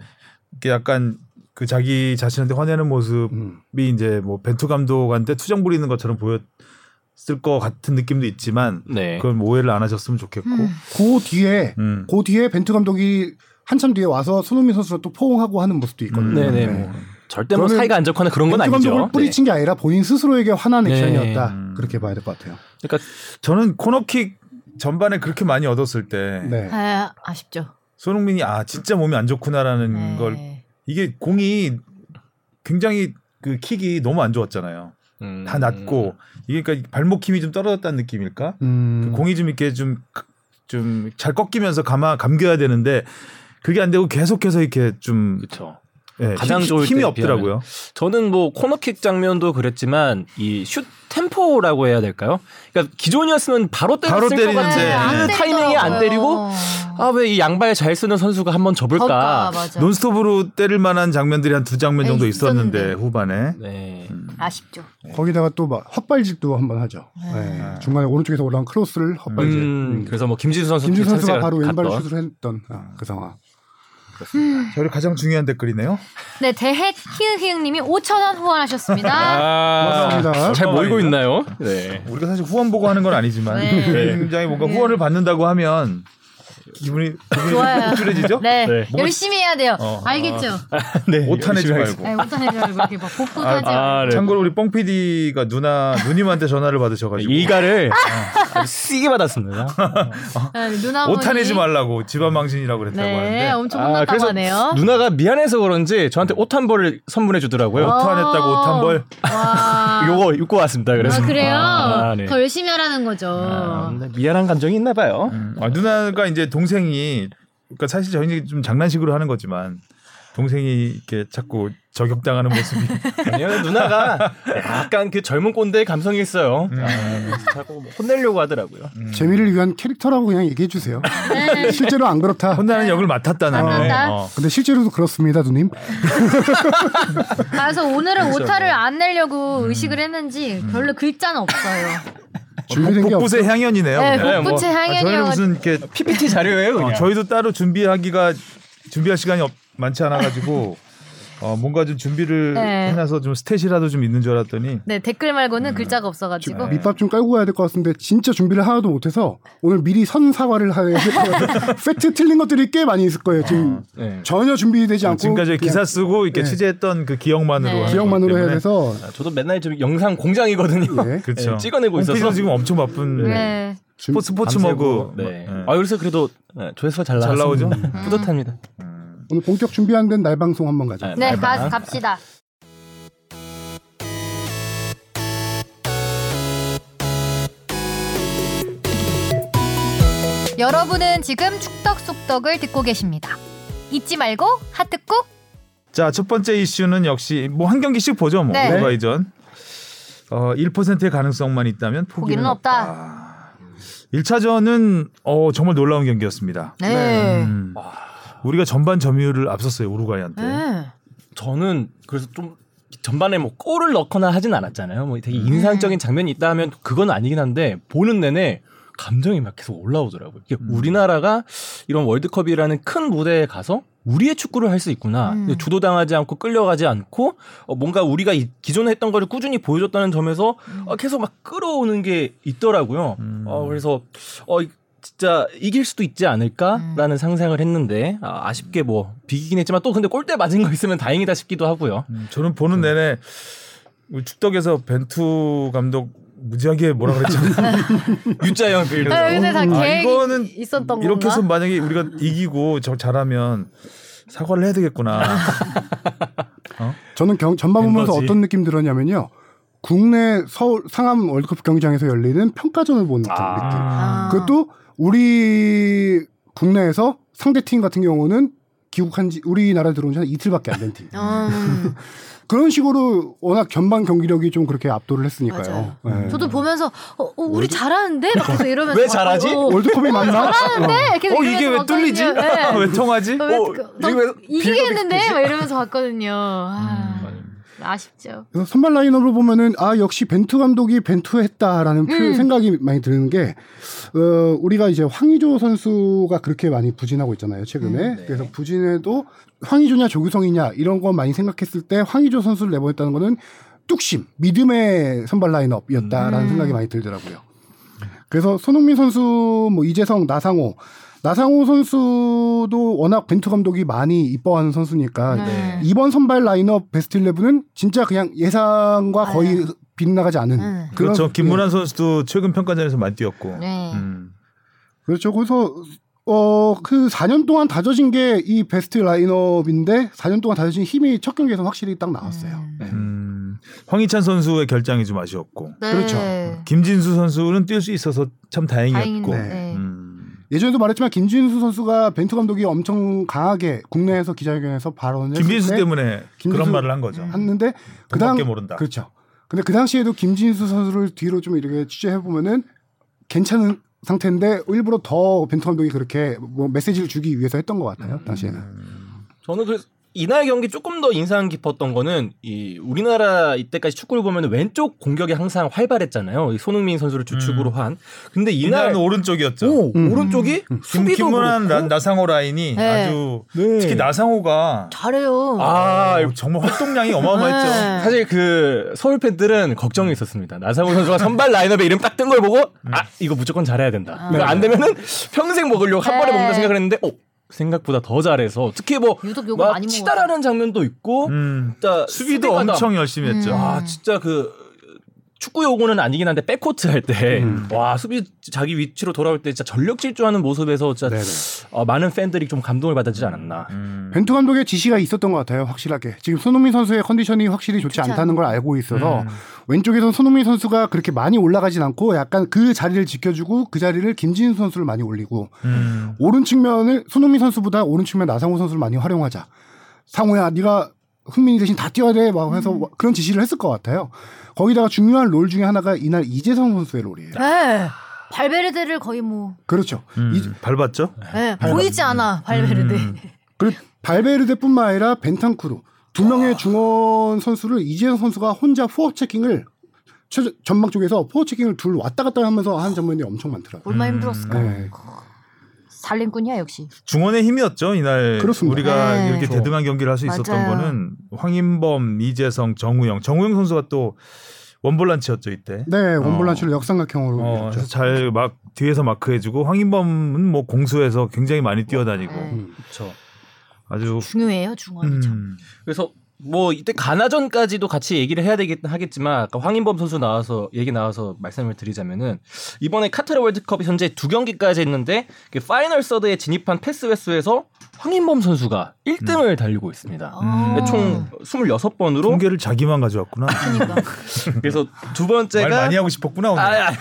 Speaker 2: 이게 약간 그 자기 자신한테 화내는 모습이
Speaker 4: 음.
Speaker 2: 이제 뭐 벤투 감독한테 투정 부리는 것처럼 보였을 것 같은 느낌도 있지만
Speaker 6: 네.
Speaker 2: 그건 뭐 오해를 안 하셨으면 좋겠고.
Speaker 4: 그 뒤에
Speaker 2: 음.
Speaker 4: 그 뒤에 벤투 감독이 한참 뒤에 와서 손흥민 선수를 또 포옹하고 하는 모습도 있거든요.
Speaker 6: 네네. 뭐 절대 뭐
Speaker 4: 저는
Speaker 6: 사이가 안 좋거나 그런
Speaker 4: 음.
Speaker 6: 건
Speaker 4: 벤투
Speaker 6: 아니죠.
Speaker 4: 감독을 뿌리친 게 아니라 본인 스스로에게 화난
Speaker 6: 네.
Speaker 4: 액션이었다.
Speaker 2: 음.
Speaker 4: 그렇게 봐야 될 것 같아요.
Speaker 6: 네. 그러니까
Speaker 2: 저는 코너킥 전반에 그렇게 많이 얻었을 때
Speaker 4: 네.
Speaker 5: 아, 아쉽죠.
Speaker 2: 손흥민이 아 진짜 몸이 안
Speaker 3: 음,
Speaker 2: 좋구나라는
Speaker 5: 네.
Speaker 2: 걸 이게 공이 굉장히 그 킥이 너무 안 좋았잖아요.
Speaker 3: 음.
Speaker 2: 다 낮고 이게 그러니까 발목 힘이 좀 떨어졌다는 느낌일까? 그
Speaker 4: 음.
Speaker 2: 공이 좀 이렇게 좀 좀 잘 꺾이면서 감아 감겨야 되는데 그게 안 되고 계속해서 이렇게 좀
Speaker 3: 그렇죠.
Speaker 2: 예,
Speaker 3: 가장
Speaker 2: 힘-
Speaker 3: 좋을
Speaker 2: 힘이
Speaker 3: 때에
Speaker 2: 없더라고요.
Speaker 3: 저는 뭐 코너킥 장면도 그랬지만 이 슛 템포라고 해야 될까요? 그러니까 기존이었으면 바로
Speaker 2: 바로
Speaker 3: 때렸을 것
Speaker 2: 때리는데.
Speaker 3: 같은데
Speaker 2: 안
Speaker 3: 네,
Speaker 5: 네.
Speaker 3: 타이밍이 안
Speaker 1: 어.
Speaker 3: 때리고 아 왜 이 양발 잘 쓰는 선수가 한번
Speaker 5: 까
Speaker 3: 접을까?
Speaker 5: 맞아.
Speaker 2: 논스톱으로 때릴 만한 장면들이 한 두 장면 정도
Speaker 5: 네,
Speaker 2: 있었는데,
Speaker 5: 있었는데.
Speaker 2: 후반에
Speaker 3: 네.
Speaker 5: 음. 아쉽죠.
Speaker 4: 거기다가 또 막 헛발질도 한번 하죠. 네. 중간에 오른쪽에서 올라온 크로스를 헛발질.
Speaker 3: 음, 그래서 뭐 김진수 선수
Speaker 4: 김준 선수가
Speaker 3: 찬스가
Speaker 4: 바로 왼발
Speaker 3: 갔던.
Speaker 4: 슛을 했던 아, 그 상황.
Speaker 2: 저를 가장 중요한 댓글이네요.
Speaker 1: 네, 대해 히읗히읗님이 5천 원 후원하셨습니다.
Speaker 3: 아,
Speaker 4: 고맙습니다.
Speaker 3: 잘 모이고 있나요? 네.
Speaker 2: 우리가 사실 후원 보고 하는 건 아니지만
Speaker 5: 네.
Speaker 2: 굉장히 뭔가 후원을 받는다고 하면 기분이
Speaker 5: 좋아요.
Speaker 2: 우쭐해지죠.
Speaker 5: 네.
Speaker 3: 네.
Speaker 2: 뭔가
Speaker 5: 열심히 해야 돼요.
Speaker 2: 어.
Speaker 5: 알겠죠?
Speaker 3: 네.
Speaker 2: 오타내지 말고.
Speaker 3: 열심히
Speaker 5: 네, 못하는 줄 이렇게 막 복부도
Speaker 2: 아,
Speaker 5: 하지
Speaker 3: 아,
Speaker 5: 말고.
Speaker 3: 네.
Speaker 2: 참고로 우리 뽕 PD가 누나 누님한테 전화를 받으셔가지고
Speaker 3: 일가를 아주 세게 받았습니다.
Speaker 5: 네, 누나
Speaker 2: 오타내지
Speaker 5: 어머니.
Speaker 2: 말라고 집안 망신이라고 그랬다고
Speaker 5: 네,
Speaker 2: 하는데
Speaker 5: 엄청
Speaker 3: 아,
Speaker 5: 혼났다고
Speaker 3: 그래서
Speaker 5: 하네요.
Speaker 3: 누나가 미안해서 그런지 저한테 옷 한 벌을 선물해 주더라고요.
Speaker 5: 어.
Speaker 2: 오타냈다고 오탄 벌.
Speaker 5: 와.
Speaker 3: 요거 입고 왔습니다. 그래서
Speaker 5: 아, 그래요?
Speaker 3: 아, 네.
Speaker 5: 더 열심히 하라는 거죠.
Speaker 3: 아, 근데 미안한 감정이 있나 봐요.
Speaker 2: 아, 누나가 이제 동생이 그러니까 사실 저희는 좀 장난식으로 하는 거지만 동생이 이렇게 자꾸 저격당하는 모습이
Speaker 3: 왜냐면 누나가 약간 그 젊은 꼰대의 감성이 있어요. 아, 자꾸 뭐 혼내려고 하더라고요.
Speaker 2: 음.
Speaker 4: 재미를 위한 캐릭터라고 그냥 얘기해 주세요. 실제로 안 그렇다.
Speaker 2: 혼나는 역을 맡았다는
Speaker 5: 맡았다.
Speaker 2: 어.
Speaker 4: 근데 실제로도 그렇습니다, 누님.
Speaker 5: 그래서 오늘은
Speaker 2: 그렇죠.
Speaker 5: 오타를 안 내려고
Speaker 2: 음.
Speaker 5: 의식을 했는지 별로 글자는 없어요.
Speaker 4: 준비된 게 없.
Speaker 2: 복부의 향연이네요.
Speaker 5: 네,
Speaker 2: 그냥.
Speaker 3: 뭐,
Speaker 5: 복부채
Speaker 2: 아, 저희는
Speaker 5: 향연이어가지고.
Speaker 2: 무슨 이렇게
Speaker 3: PPT 자료예요,
Speaker 2: 어,
Speaker 3: 그냥.
Speaker 2: 저희도 따로 준비하기가 준비할 시간이 없- 많지 않아 가지고 어, 뭔가 좀 준비를
Speaker 5: 네.
Speaker 2: 해놔서 좀 스탯이라도 좀 있는 줄 알았더니
Speaker 5: 네, 댓글 말고는
Speaker 2: 음.
Speaker 5: 글자가
Speaker 2: 네.
Speaker 5: 없어가지고.
Speaker 4: 밑밥 좀 깔고 가야 될 것 같은데 진짜 준비를 하나도 못해서 오늘 미리 선 사과를 해야 될것 같아요. 팩트 틀린 것들이 꽤 많이 있을 거예요. 지금
Speaker 3: 네.
Speaker 4: 전혀 준비되지 않고
Speaker 2: 아, 지금까지 기사 쓰고 이렇게 취재했던 그 기억만으로
Speaker 5: 네.
Speaker 2: 하는
Speaker 4: 네. 기억만으로
Speaker 2: 거기
Speaker 4: 해야
Speaker 2: 때문에.
Speaker 4: 돼서
Speaker 3: 아, 저도 맨날 좀 영상 공장이거든요.
Speaker 4: 예.
Speaker 2: 그렇죠.
Speaker 3: 네, 찍어내고 있어서.
Speaker 2: 홍피디는 지금 엄청 바쁜
Speaker 5: 네.
Speaker 2: 스포- 스포츠
Speaker 3: 밤새고.
Speaker 2: 머그
Speaker 3: 네.
Speaker 2: 네.
Speaker 3: 아, 요새 그래도 네, 조회수가 잘,
Speaker 2: 잘 나오죠?
Speaker 3: 나왔습니다.
Speaker 5: 음.
Speaker 3: 뿌듯합니다.
Speaker 4: 오늘 본격 준비한 데는 날 방송 한번 가죠.
Speaker 3: 아,
Speaker 5: 네, 가,
Speaker 3: 말만.
Speaker 5: 갑시다.
Speaker 1: 여러분은 지금 축덕숙덕을 듣고 계십니다. 잊지 말고 하트 꾹.
Speaker 2: 자, 첫 번째 이슈는 역시 뭐 한 경기씩 보죠, 뭐.
Speaker 1: 네.
Speaker 2: 오바이전. 어, 1%의 가능성만 있다면 포기는,
Speaker 1: 포기는 없다.
Speaker 2: 1차전은 어, 정말 놀라운 경기였습니다.
Speaker 5: 네.
Speaker 2: 음. 우리가 전반 점유율을 앞섰어요, 우루과이한테.
Speaker 5: 네.
Speaker 3: 저는 그래서 좀 전반에 뭐 골을 넣거나 하진 않았잖아요. 뭐 되게 인상적인 장면이 있다 하면 그건 아니긴 한데 보는 내내 감정이 막 계속 올라오더라고요. 이게 우리나라가 이런 월드컵이라는 큰 무대에 가서 우리의 축구를 할 수 있구나.
Speaker 5: 음.
Speaker 3: 주도당하지 않고 끌려가지 않고 어, 뭔가 우리가 이- 기존에 했던 거를 꾸준히 보여줬다는 점에서 어, 계속 막 끌어오는 게 있더라고요.
Speaker 2: 음.
Speaker 3: 어, 그래서 어, 이- 진짜 이길 수도 있지 않을까라는
Speaker 5: 음.
Speaker 3: 상상을 했는데 아, 쉽게뭐 비기긴 했지만 또 근데 골대 맞은 거 있으면 다행이다 싶기도 하고요.
Speaker 2: 음, 저는 보는 내내 우리 축덕에서 벤투 감독 무지하게 뭐라 그랬잖아요.
Speaker 3: 유자형 빌드.
Speaker 5: 네, 근데 다
Speaker 2: 아,
Speaker 5: 계획이
Speaker 2: 이거는
Speaker 5: 있었던
Speaker 2: 이렇게 해서 뭐-
Speaker 5: 건가?
Speaker 2: 만약에 우리가 이기고 저 잘하면 사과를 해야 되겠구나.
Speaker 5: 아,
Speaker 4: 저는 경- 전반
Speaker 2: 된
Speaker 4: 보면서
Speaker 2: 거지.
Speaker 4: 어떤 느낌 들었냐면요. 국내 서울 상암 월드컵 경기장에서 열리는 평가전을 본 듯한 느낌.
Speaker 5: 아.
Speaker 4: 그것도 우리 국내에서 상대 팀 같은 경우는 기국한 지 우리나라 에 들어온 지 한 이틀밖에 안 된 팀.
Speaker 5: 음.
Speaker 4: 그런 식으로 워낙 전반 경기력이 좀 그렇게 압도를 했으니까요. 네.
Speaker 5: 저도 보면서 어, 어, 우리 잘하는데 막 계속 이러면서
Speaker 3: 왜 잘하지?
Speaker 5: 어,
Speaker 4: 월드컵이 맞나?
Speaker 5: 잘하는데 계속
Speaker 2: 어, 이게
Speaker 5: 이러면서
Speaker 2: 왜
Speaker 5: 막
Speaker 2: 뚫리지?
Speaker 5: 거든요. 네.
Speaker 2: 왜 통하지?
Speaker 5: 왜,
Speaker 3: 어,
Speaker 5: 그-
Speaker 3: 이게 왜
Speaker 5: 넌 이기겠는데 막 이러면서 봤거든요. 아, 아쉽죠.
Speaker 4: 그래서 선발 라인업을 보면은 아 역시 벤투 감독이 벤투했다라는 표- 생각이 많이 드는 게 어, 우리가 이제 황의조 선수가 그렇게 많이 부진하고 있잖아요 최근에 그래서 부진해도 황의조냐 조규성이냐 이런 거 많이 생각했을 때 황의조 선수를 내보냈다는 거는 뚝심 믿음의 선발 라인업이었다라는 생각이 많이 들더라고요. 그래서 손흥민 선수, 뭐 이재성, 나상호, 나상호 선수도 워낙 벤투 감독이 많이 이뻐하는 선수니까
Speaker 5: 네.
Speaker 4: 이번 선발 라인업 베스트 11은 진짜 그냥 예상과 거의 빗나가지 않은
Speaker 5: 음.
Speaker 4: 그런-
Speaker 2: 그렇죠.
Speaker 4: 예.
Speaker 2: 김문환 선수도 최근 평가전에서 많이 뛰었고.
Speaker 5: 네.
Speaker 2: 음.
Speaker 4: 그렇죠. 그래서 어, 그 4년 동안 다져진 게 이 베스트 라인업인데 4년 동안 다져진 힘이 첫 경기에서 확실히 딱 나왔어요.
Speaker 2: 음, 황희찬 선수의 결장이 좀 아쉬웠고
Speaker 5: 네.
Speaker 4: 그렇죠.
Speaker 2: 김진수 선수는 뛸 수 있어서 참 다행이었고.
Speaker 5: 다행인데.
Speaker 4: 네.
Speaker 2: 음,
Speaker 4: 예전에도 말했지만 김진수 선수가 벤투 감독이 엄청 강하게 국내에서 기자회견에서 발언을
Speaker 2: 김진수
Speaker 4: 했을 때
Speaker 2: 때문에
Speaker 4: 네. 김진수-
Speaker 2: 그런 말을 한 거죠.
Speaker 4: 했는데 그
Speaker 2: 그밖에
Speaker 4: 당
Speaker 2: 모른다.
Speaker 4: 그렇죠. 근데 그 당시에도 김진수 선수를 뒤로 좀 이렇게 취재해 보면은 괜찮은 상태인데 일부러 더 벤투 감독이 그렇게 뭐 메시지를 주기 위해서 했던 것
Speaker 2: 음.
Speaker 4: 같아요. 당시에는.
Speaker 3: 저는 그래서 이날 경기 조금 더 인상 깊었던 거는 이 우리나라 이때까지 축구를 보면 왼쪽 공격이 항상 활발했잖아요. 이 손흥민 선수를 주축으로 한. 근데
Speaker 2: 음.
Speaker 3: 이날
Speaker 2: 이날은 오른쪽이었죠.
Speaker 3: 오, 오른쪽이
Speaker 2: 김,
Speaker 3: 수비도
Speaker 2: 김문환 나,
Speaker 3: 그렇고
Speaker 2: 나상호 라인이
Speaker 5: 네.
Speaker 2: 아주
Speaker 3: 네.
Speaker 2: 특히 나상호가
Speaker 5: 잘해요.
Speaker 3: 아
Speaker 2: 어, 정말 활동량이 어마어마했죠.
Speaker 5: 네.
Speaker 3: 사실 그 서울 팬들은 걱정이 있었습니다. 나상호 선수가 선발 라인업에 이름 딱 뜬 걸 보고 아 이거 무조건 잘해야 된다. 이거 안
Speaker 2: 네.
Speaker 3: 되면은 평생 먹으려고 한 번에
Speaker 5: 네.
Speaker 3: 먹는다 생각을 했는데 어, 생각보다 더 잘해서 특히 뭐
Speaker 5: 유독 욕을
Speaker 3: 막
Speaker 5: 많이 먹었어요.
Speaker 3: 치달하는 장면도 있고
Speaker 2: 음,
Speaker 3: 진짜
Speaker 2: 수비도
Speaker 3: 수비마다
Speaker 2: 엄청 열심히 했죠.
Speaker 3: 와
Speaker 5: 음.
Speaker 3: 진짜 그 축구 요구는 아니긴 한데 백코트 할 때 와
Speaker 4: 음.
Speaker 3: 수비 자기 위치로 돌아올 때 진짜 전력 질주하는 모습에서 진짜
Speaker 4: 네네.
Speaker 3: 어, 많은 팬들이 좀 감동을 받았지 않았나.
Speaker 2: 음.
Speaker 4: 벤투 감독의 지시가 있었던 것 같아요, 확실하게. 지금 손흥민 선수의 컨디션이 확실히 좋지 않다는 걸 알고 있어서
Speaker 2: 음.
Speaker 4: 왼쪽에선 손흥민 선수가 그렇게 많이 올라가진 않고 약간 그 자리를 지켜주고 그 자리를 김진수 선수를 많이 올리고
Speaker 2: 음.
Speaker 4: 오른 측면을 손흥민 선수보다 오른 측면 나상호 선수를 많이 활용하자. 상호야, 네가 흥민이 대신 다 뛰어야 돼. 막
Speaker 2: 음.
Speaker 4: 해서 그런 지시를 했을 것 같아요. 거기다가 중요한 롤 중에 하나가 이날 이재성 선수의 롤이에요.
Speaker 5: 네. 발베르데를 거의 뭐
Speaker 4: 그렇죠.
Speaker 2: 음,
Speaker 4: 이-
Speaker 2: 밟았죠?
Speaker 5: 네, 보이지 않아 발베르데. 음.
Speaker 4: 그리고 발베르데뿐만 아니라 벤탄쿠르 두
Speaker 2: 아.
Speaker 4: 명의 중원 선수를 이재성 선수가 혼자 포어 체킹을 최- 전방 쪽에서 포어 체킹을 둘 왔다 갔다 하면서 하는 장면이 엄청 많더라고요.
Speaker 5: 얼마나 힘들었을까.
Speaker 4: 네.
Speaker 5: 살림꾼이야 역시.
Speaker 2: 중원의 힘이었죠 이날
Speaker 4: 그렇습니다.
Speaker 2: 우리가
Speaker 5: 네.
Speaker 2: 이렇게
Speaker 3: 그렇죠.
Speaker 2: 대등한 경기를 할 수 있었던
Speaker 5: 맞아요.
Speaker 2: 거는 황인범, 이재성, 정우영, 정우영 선수가 또 원볼란치였죠 이때.
Speaker 4: 네, 그렇죠. 원볼란치를 역삼각형으로
Speaker 2: 어,
Speaker 4: 이뤘죠.
Speaker 2: 그래서 잘 막 뒤에서 마크해주고 황인범은 뭐 공수에서 굉장히 많이 뛰어다니고
Speaker 5: 네.
Speaker 3: 그렇죠.
Speaker 2: 아주
Speaker 5: 중요해요 중원이 참.
Speaker 2: 음,
Speaker 3: 그래서 뭐 이때 가나전까지도 같이 얘기를 해야 되긴 하겠지만 아까 황인범 선수 나와서 얘기 나와서 말씀을 드리자면은 이번에 카타르 월드컵이 현재 두 경기까지 했는데 그 파이널 서드에 진입한 패스 횟수에서 황인범 선수가
Speaker 2: 음.
Speaker 3: 1등을 달리고 있습니다.
Speaker 5: 아.
Speaker 3: 총 26번으로
Speaker 2: 통계를 자기만 가져왔구나.
Speaker 3: 그래서 두
Speaker 2: 말
Speaker 3: 번째가
Speaker 2: 많이 하고 싶었구나 오늘.
Speaker 3: 아, 아,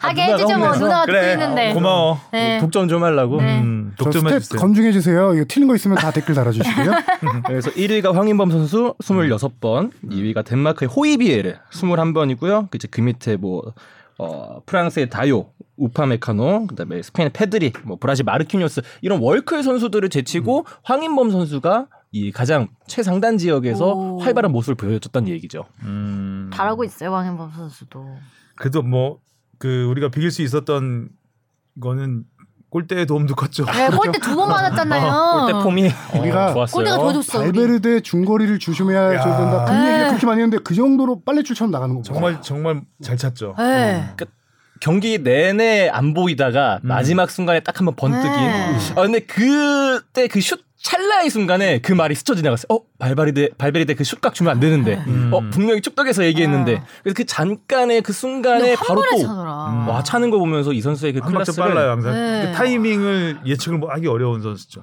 Speaker 5: 하게 해주죠 뭐 누나가 듣고
Speaker 2: 그래
Speaker 5: 있는데.
Speaker 2: 고마워.
Speaker 5: 네.
Speaker 3: 독점 좀 하려고.
Speaker 2: 음,
Speaker 4: 저
Speaker 2: 독점해
Speaker 4: 스텝
Speaker 2: 주세요.
Speaker 4: 검증해 주세요. 이거 틀린 거 있으면 다 댓글 달아주시고요.
Speaker 3: 그래서 1위가 황인범 선수 26번, 2위가 덴마크의 호이비에르 21번이고요. 그 이제 그 밑에 뭐 어, 프랑스의 다요, 우파메카노, 그다음에 스페인의 페드리, 뭐 브라질 마르키뉴스 이런 월클 선수들을 제치고 황인범 선수가 이 가장 최상단 지역에서
Speaker 5: 오.
Speaker 3: 활발한 모습을 보여줬던 얘기죠.
Speaker 2: 음,
Speaker 5: 잘하고 있어요 왕현범 선수도.
Speaker 2: 그래도 뭐 그 우리가 비길 수 있었던 거는 골대의 도움도 컸죠.
Speaker 5: 네, 골대 두 번 맞았잖아요.
Speaker 3: 골대 어, 폼이
Speaker 4: 우리가
Speaker 3: 좋았어요.
Speaker 5: 골대가 더 좋았어. 우리.
Speaker 4: 아, 발베르데 중거리를 주심해야
Speaker 2: 야.
Speaker 4: 된다. 그
Speaker 5: 네.
Speaker 4: 얘기를 그렇게 많이 했는데 그 정도로 빨래출처럼 나가는 거 보세요.
Speaker 2: 정말 정말 잘 찼죠.
Speaker 5: 네.
Speaker 3: 경기 내내 안
Speaker 2: 음.
Speaker 3: 보이다가 마지막 순간에 딱 한번 번뜩이.
Speaker 5: 네.
Speaker 3: 아 근데 그때 그 슛 찰나의 순간에 그 말이 스쳐 지나갔어요. 어 발바리데 발베리데 그 슛각 주면 안 되는데.
Speaker 5: 음.
Speaker 3: 어 분명히 축덕에서 얘기했는데. 그래서 그 잠깐의 그 순간에
Speaker 5: 아. 근데 한
Speaker 3: 바로
Speaker 5: 번에
Speaker 3: 또. 음.
Speaker 5: 차더라.
Speaker 3: 와 차는 거 보면서 이 선수의 그
Speaker 2: 한 박자
Speaker 3: 클래스를
Speaker 2: 아, 빨라요 항상.
Speaker 5: 네.
Speaker 2: 그 타이밍을 예측을 뭐 하기 어려운 선수죠.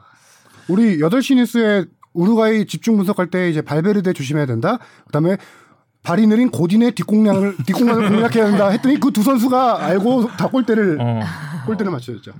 Speaker 4: 우리 8시 뉴스에 우루과이 집중 분석할 때 이제 발베르데 조심해야 된다. 그다음에 발이 느린 고딘의 뒷공략을 뒷공략을 공략해야 된다 했더니 그 두 선수가 알고 다 골대를
Speaker 2: 어.
Speaker 4: 골대를 맞춰줬죠.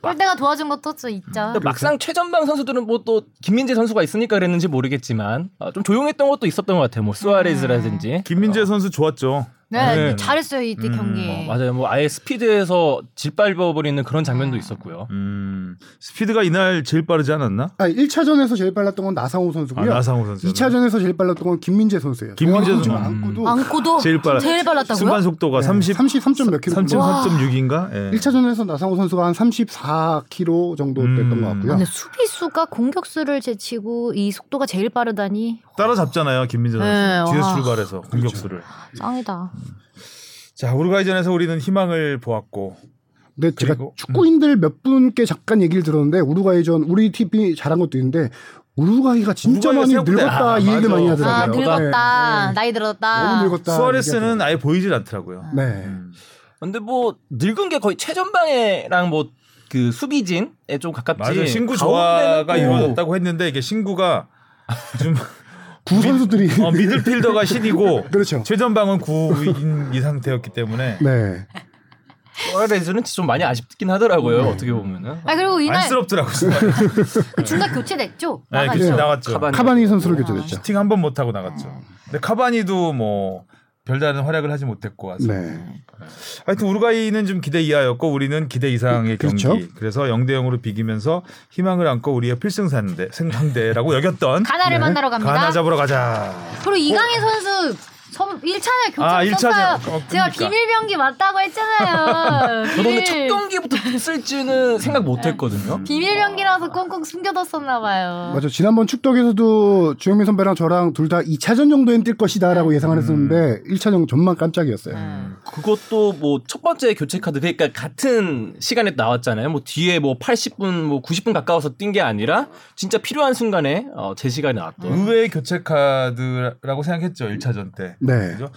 Speaker 5: 골대가 도와준 것도 좀 있죠.
Speaker 3: 근데 막상 최전방 선수들은 뭐 또 김민재 선수가 있으니까 그랬는지 모르겠지만 아, 좀 조용했던 것도 있었던 것 같아요.
Speaker 5: 음.
Speaker 3: 뭐 수아레즈라든지
Speaker 2: 김민재 선수 좋았죠.
Speaker 5: 네,
Speaker 3: 네.
Speaker 5: 잘했어요 이때 경기.
Speaker 3: 어, 맞아요. 뭐 아예 스피드에서 짓밟아버리는 그런 장면도 있었고요.
Speaker 2: 음, 스피드가 이날 제일 빠르지 않았나?
Speaker 4: 아, 1차전에서 제일 빨랐던 건 나상호 선수고요.
Speaker 2: 아, 나상호 선수.
Speaker 4: 2차전에서 제일 빨랐던 건 김민재 선수예요.
Speaker 2: 김민재
Speaker 4: 동아리
Speaker 2: 선수.
Speaker 4: 코치가
Speaker 5: 음.
Speaker 4: 안고도 네,
Speaker 5: 안고도
Speaker 2: 제일 빨라.
Speaker 5: 어, 빨랐다고요?
Speaker 2: 순간 속도가 30
Speaker 4: 33점 몇 킬로.
Speaker 2: 33.6인가? 예.
Speaker 4: 1차전에서 나상호 선수가 한 34km 정도 됐던
Speaker 2: 음.
Speaker 4: 것 같고요.
Speaker 5: 근데 수비수가 공격수를 제치고 이 속도가 제일 빠르다니
Speaker 2: 따라잡잖아요, 김민재 선수.
Speaker 5: 네,
Speaker 2: 뒤에서
Speaker 5: 와.
Speaker 2: 출발해서 공격수를.
Speaker 4: 그렇죠.
Speaker 5: 짱이다. 아,
Speaker 2: 자, 우루과이전에서 우리는 희망을 보았고.
Speaker 4: 근데 제가
Speaker 2: 그리고- 음.
Speaker 4: 축구인들 몇 분께 잠깐 얘기를 들었는데 우루과이전 우리 팀이 잘한 것도 있는데 우루과이가 진짜
Speaker 2: 우루과이가
Speaker 4: 많이
Speaker 2: 생각보다-
Speaker 4: 늙었다
Speaker 2: 아,
Speaker 4: 이 얘기를
Speaker 2: 맞아.
Speaker 4: 많이
Speaker 5: 아
Speaker 4: 하더라고요.
Speaker 5: 늙었다. 나이
Speaker 4: 네.
Speaker 5: 들었다.
Speaker 4: 너무 늙었다.
Speaker 2: 수아레스는 아예 음. 보이질 않더라고요.
Speaker 4: 네.
Speaker 3: 근데 뭐 늙은 게 거의 최전방에랑 뭐 그 수비진에 좀 가깝지.
Speaker 2: 맞아요. 신구
Speaker 3: 가운데는
Speaker 2: 조화가
Speaker 3: 또-
Speaker 2: 이루어졌다고 했는데 이게 신구가 좀
Speaker 4: 구 선수들이
Speaker 2: 어, 미들필더가 신이고
Speaker 4: 그렇죠.
Speaker 2: 최전방은 구인 이 상태였기 때문에
Speaker 4: 네.
Speaker 3: 월에서는 좀 많이 아쉽긴 하더라고요. 어떻게 보면은.
Speaker 5: 아 그리고 이날
Speaker 2: 안쓰럽더라고요.
Speaker 5: 그 중간 교체됐죠.
Speaker 2: 네,
Speaker 5: 나가죠.
Speaker 2: 그치, 나갔죠.
Speaker 3: 카바니.
Speaker 4: 카바니 선수를 교체했죠.
Speaker 5: 아,
Speaker 2: 슈팅 한 번 못 하고 나갔죠. 근데 카바니도 뭐 별다른 활약을 하지 못했고 와서.
Speaker 4: 네.
Speaker 2: 하여튼 우루과이는 좀 기대 이하였고 우리는 기대 이상의
Speaker 4: 그렇죠.
Speaker 2: 경기. 그래서 0대 0으로 비기면서 희망을 안고 우리의 필승산대 생방대라고 여겼던
Speaker 5: 가나를 만나러 갑니다.
Speaker 2: 가나 잡으러 가자.
Speaker 5: 그리고 이강인 선수 섬 1차전
Speaker 2: 아,
Speaker 5: 교체
Speaker 2: 일차전.
Speaker 5: 썼어요.
Speaker 2: 어, 그러니까.
Speaker 5: 제가 비밀 병기 맞다고 했잖아요.
Speaker 3: 저도 근데 첫
Speaker 5: 비밀-
Speaker 3: 경기부터 쓸지는 생각 못했거든요.
Speaker 5: 비밀 병기라서 꽁꽁 숨겨뒀었나 봐요.
Speaker 4: 맞아. 지난번 축덕에서도 주영민 선배랑 저랑 둘 다 2차전 정도엔 뛸 것이다라고
Speaker 2: 음.
Speaker 4: 예상을 했었는데 1차전 전만
Speaker 5: 네.
Speaker 4: 깜짝이었어요.
Speaker 5: 음.
Speaker 3: 그것도 뭐 첫 번째 교체 카드 그러니까 같은 시간에 나왔잖아요. 뭐 뒤에 뭐 80분 뭐 90분 가까워서 뛴 게 아니라 진짜 필요한 순간에 어, 제 시간에 나왔던.
Speaker 5: 음.
Speaker 2: 의외의 교체 카드라고 생각했죠. 1차전 때.
Speaker 4: 네.
Speaker 2: 그죠?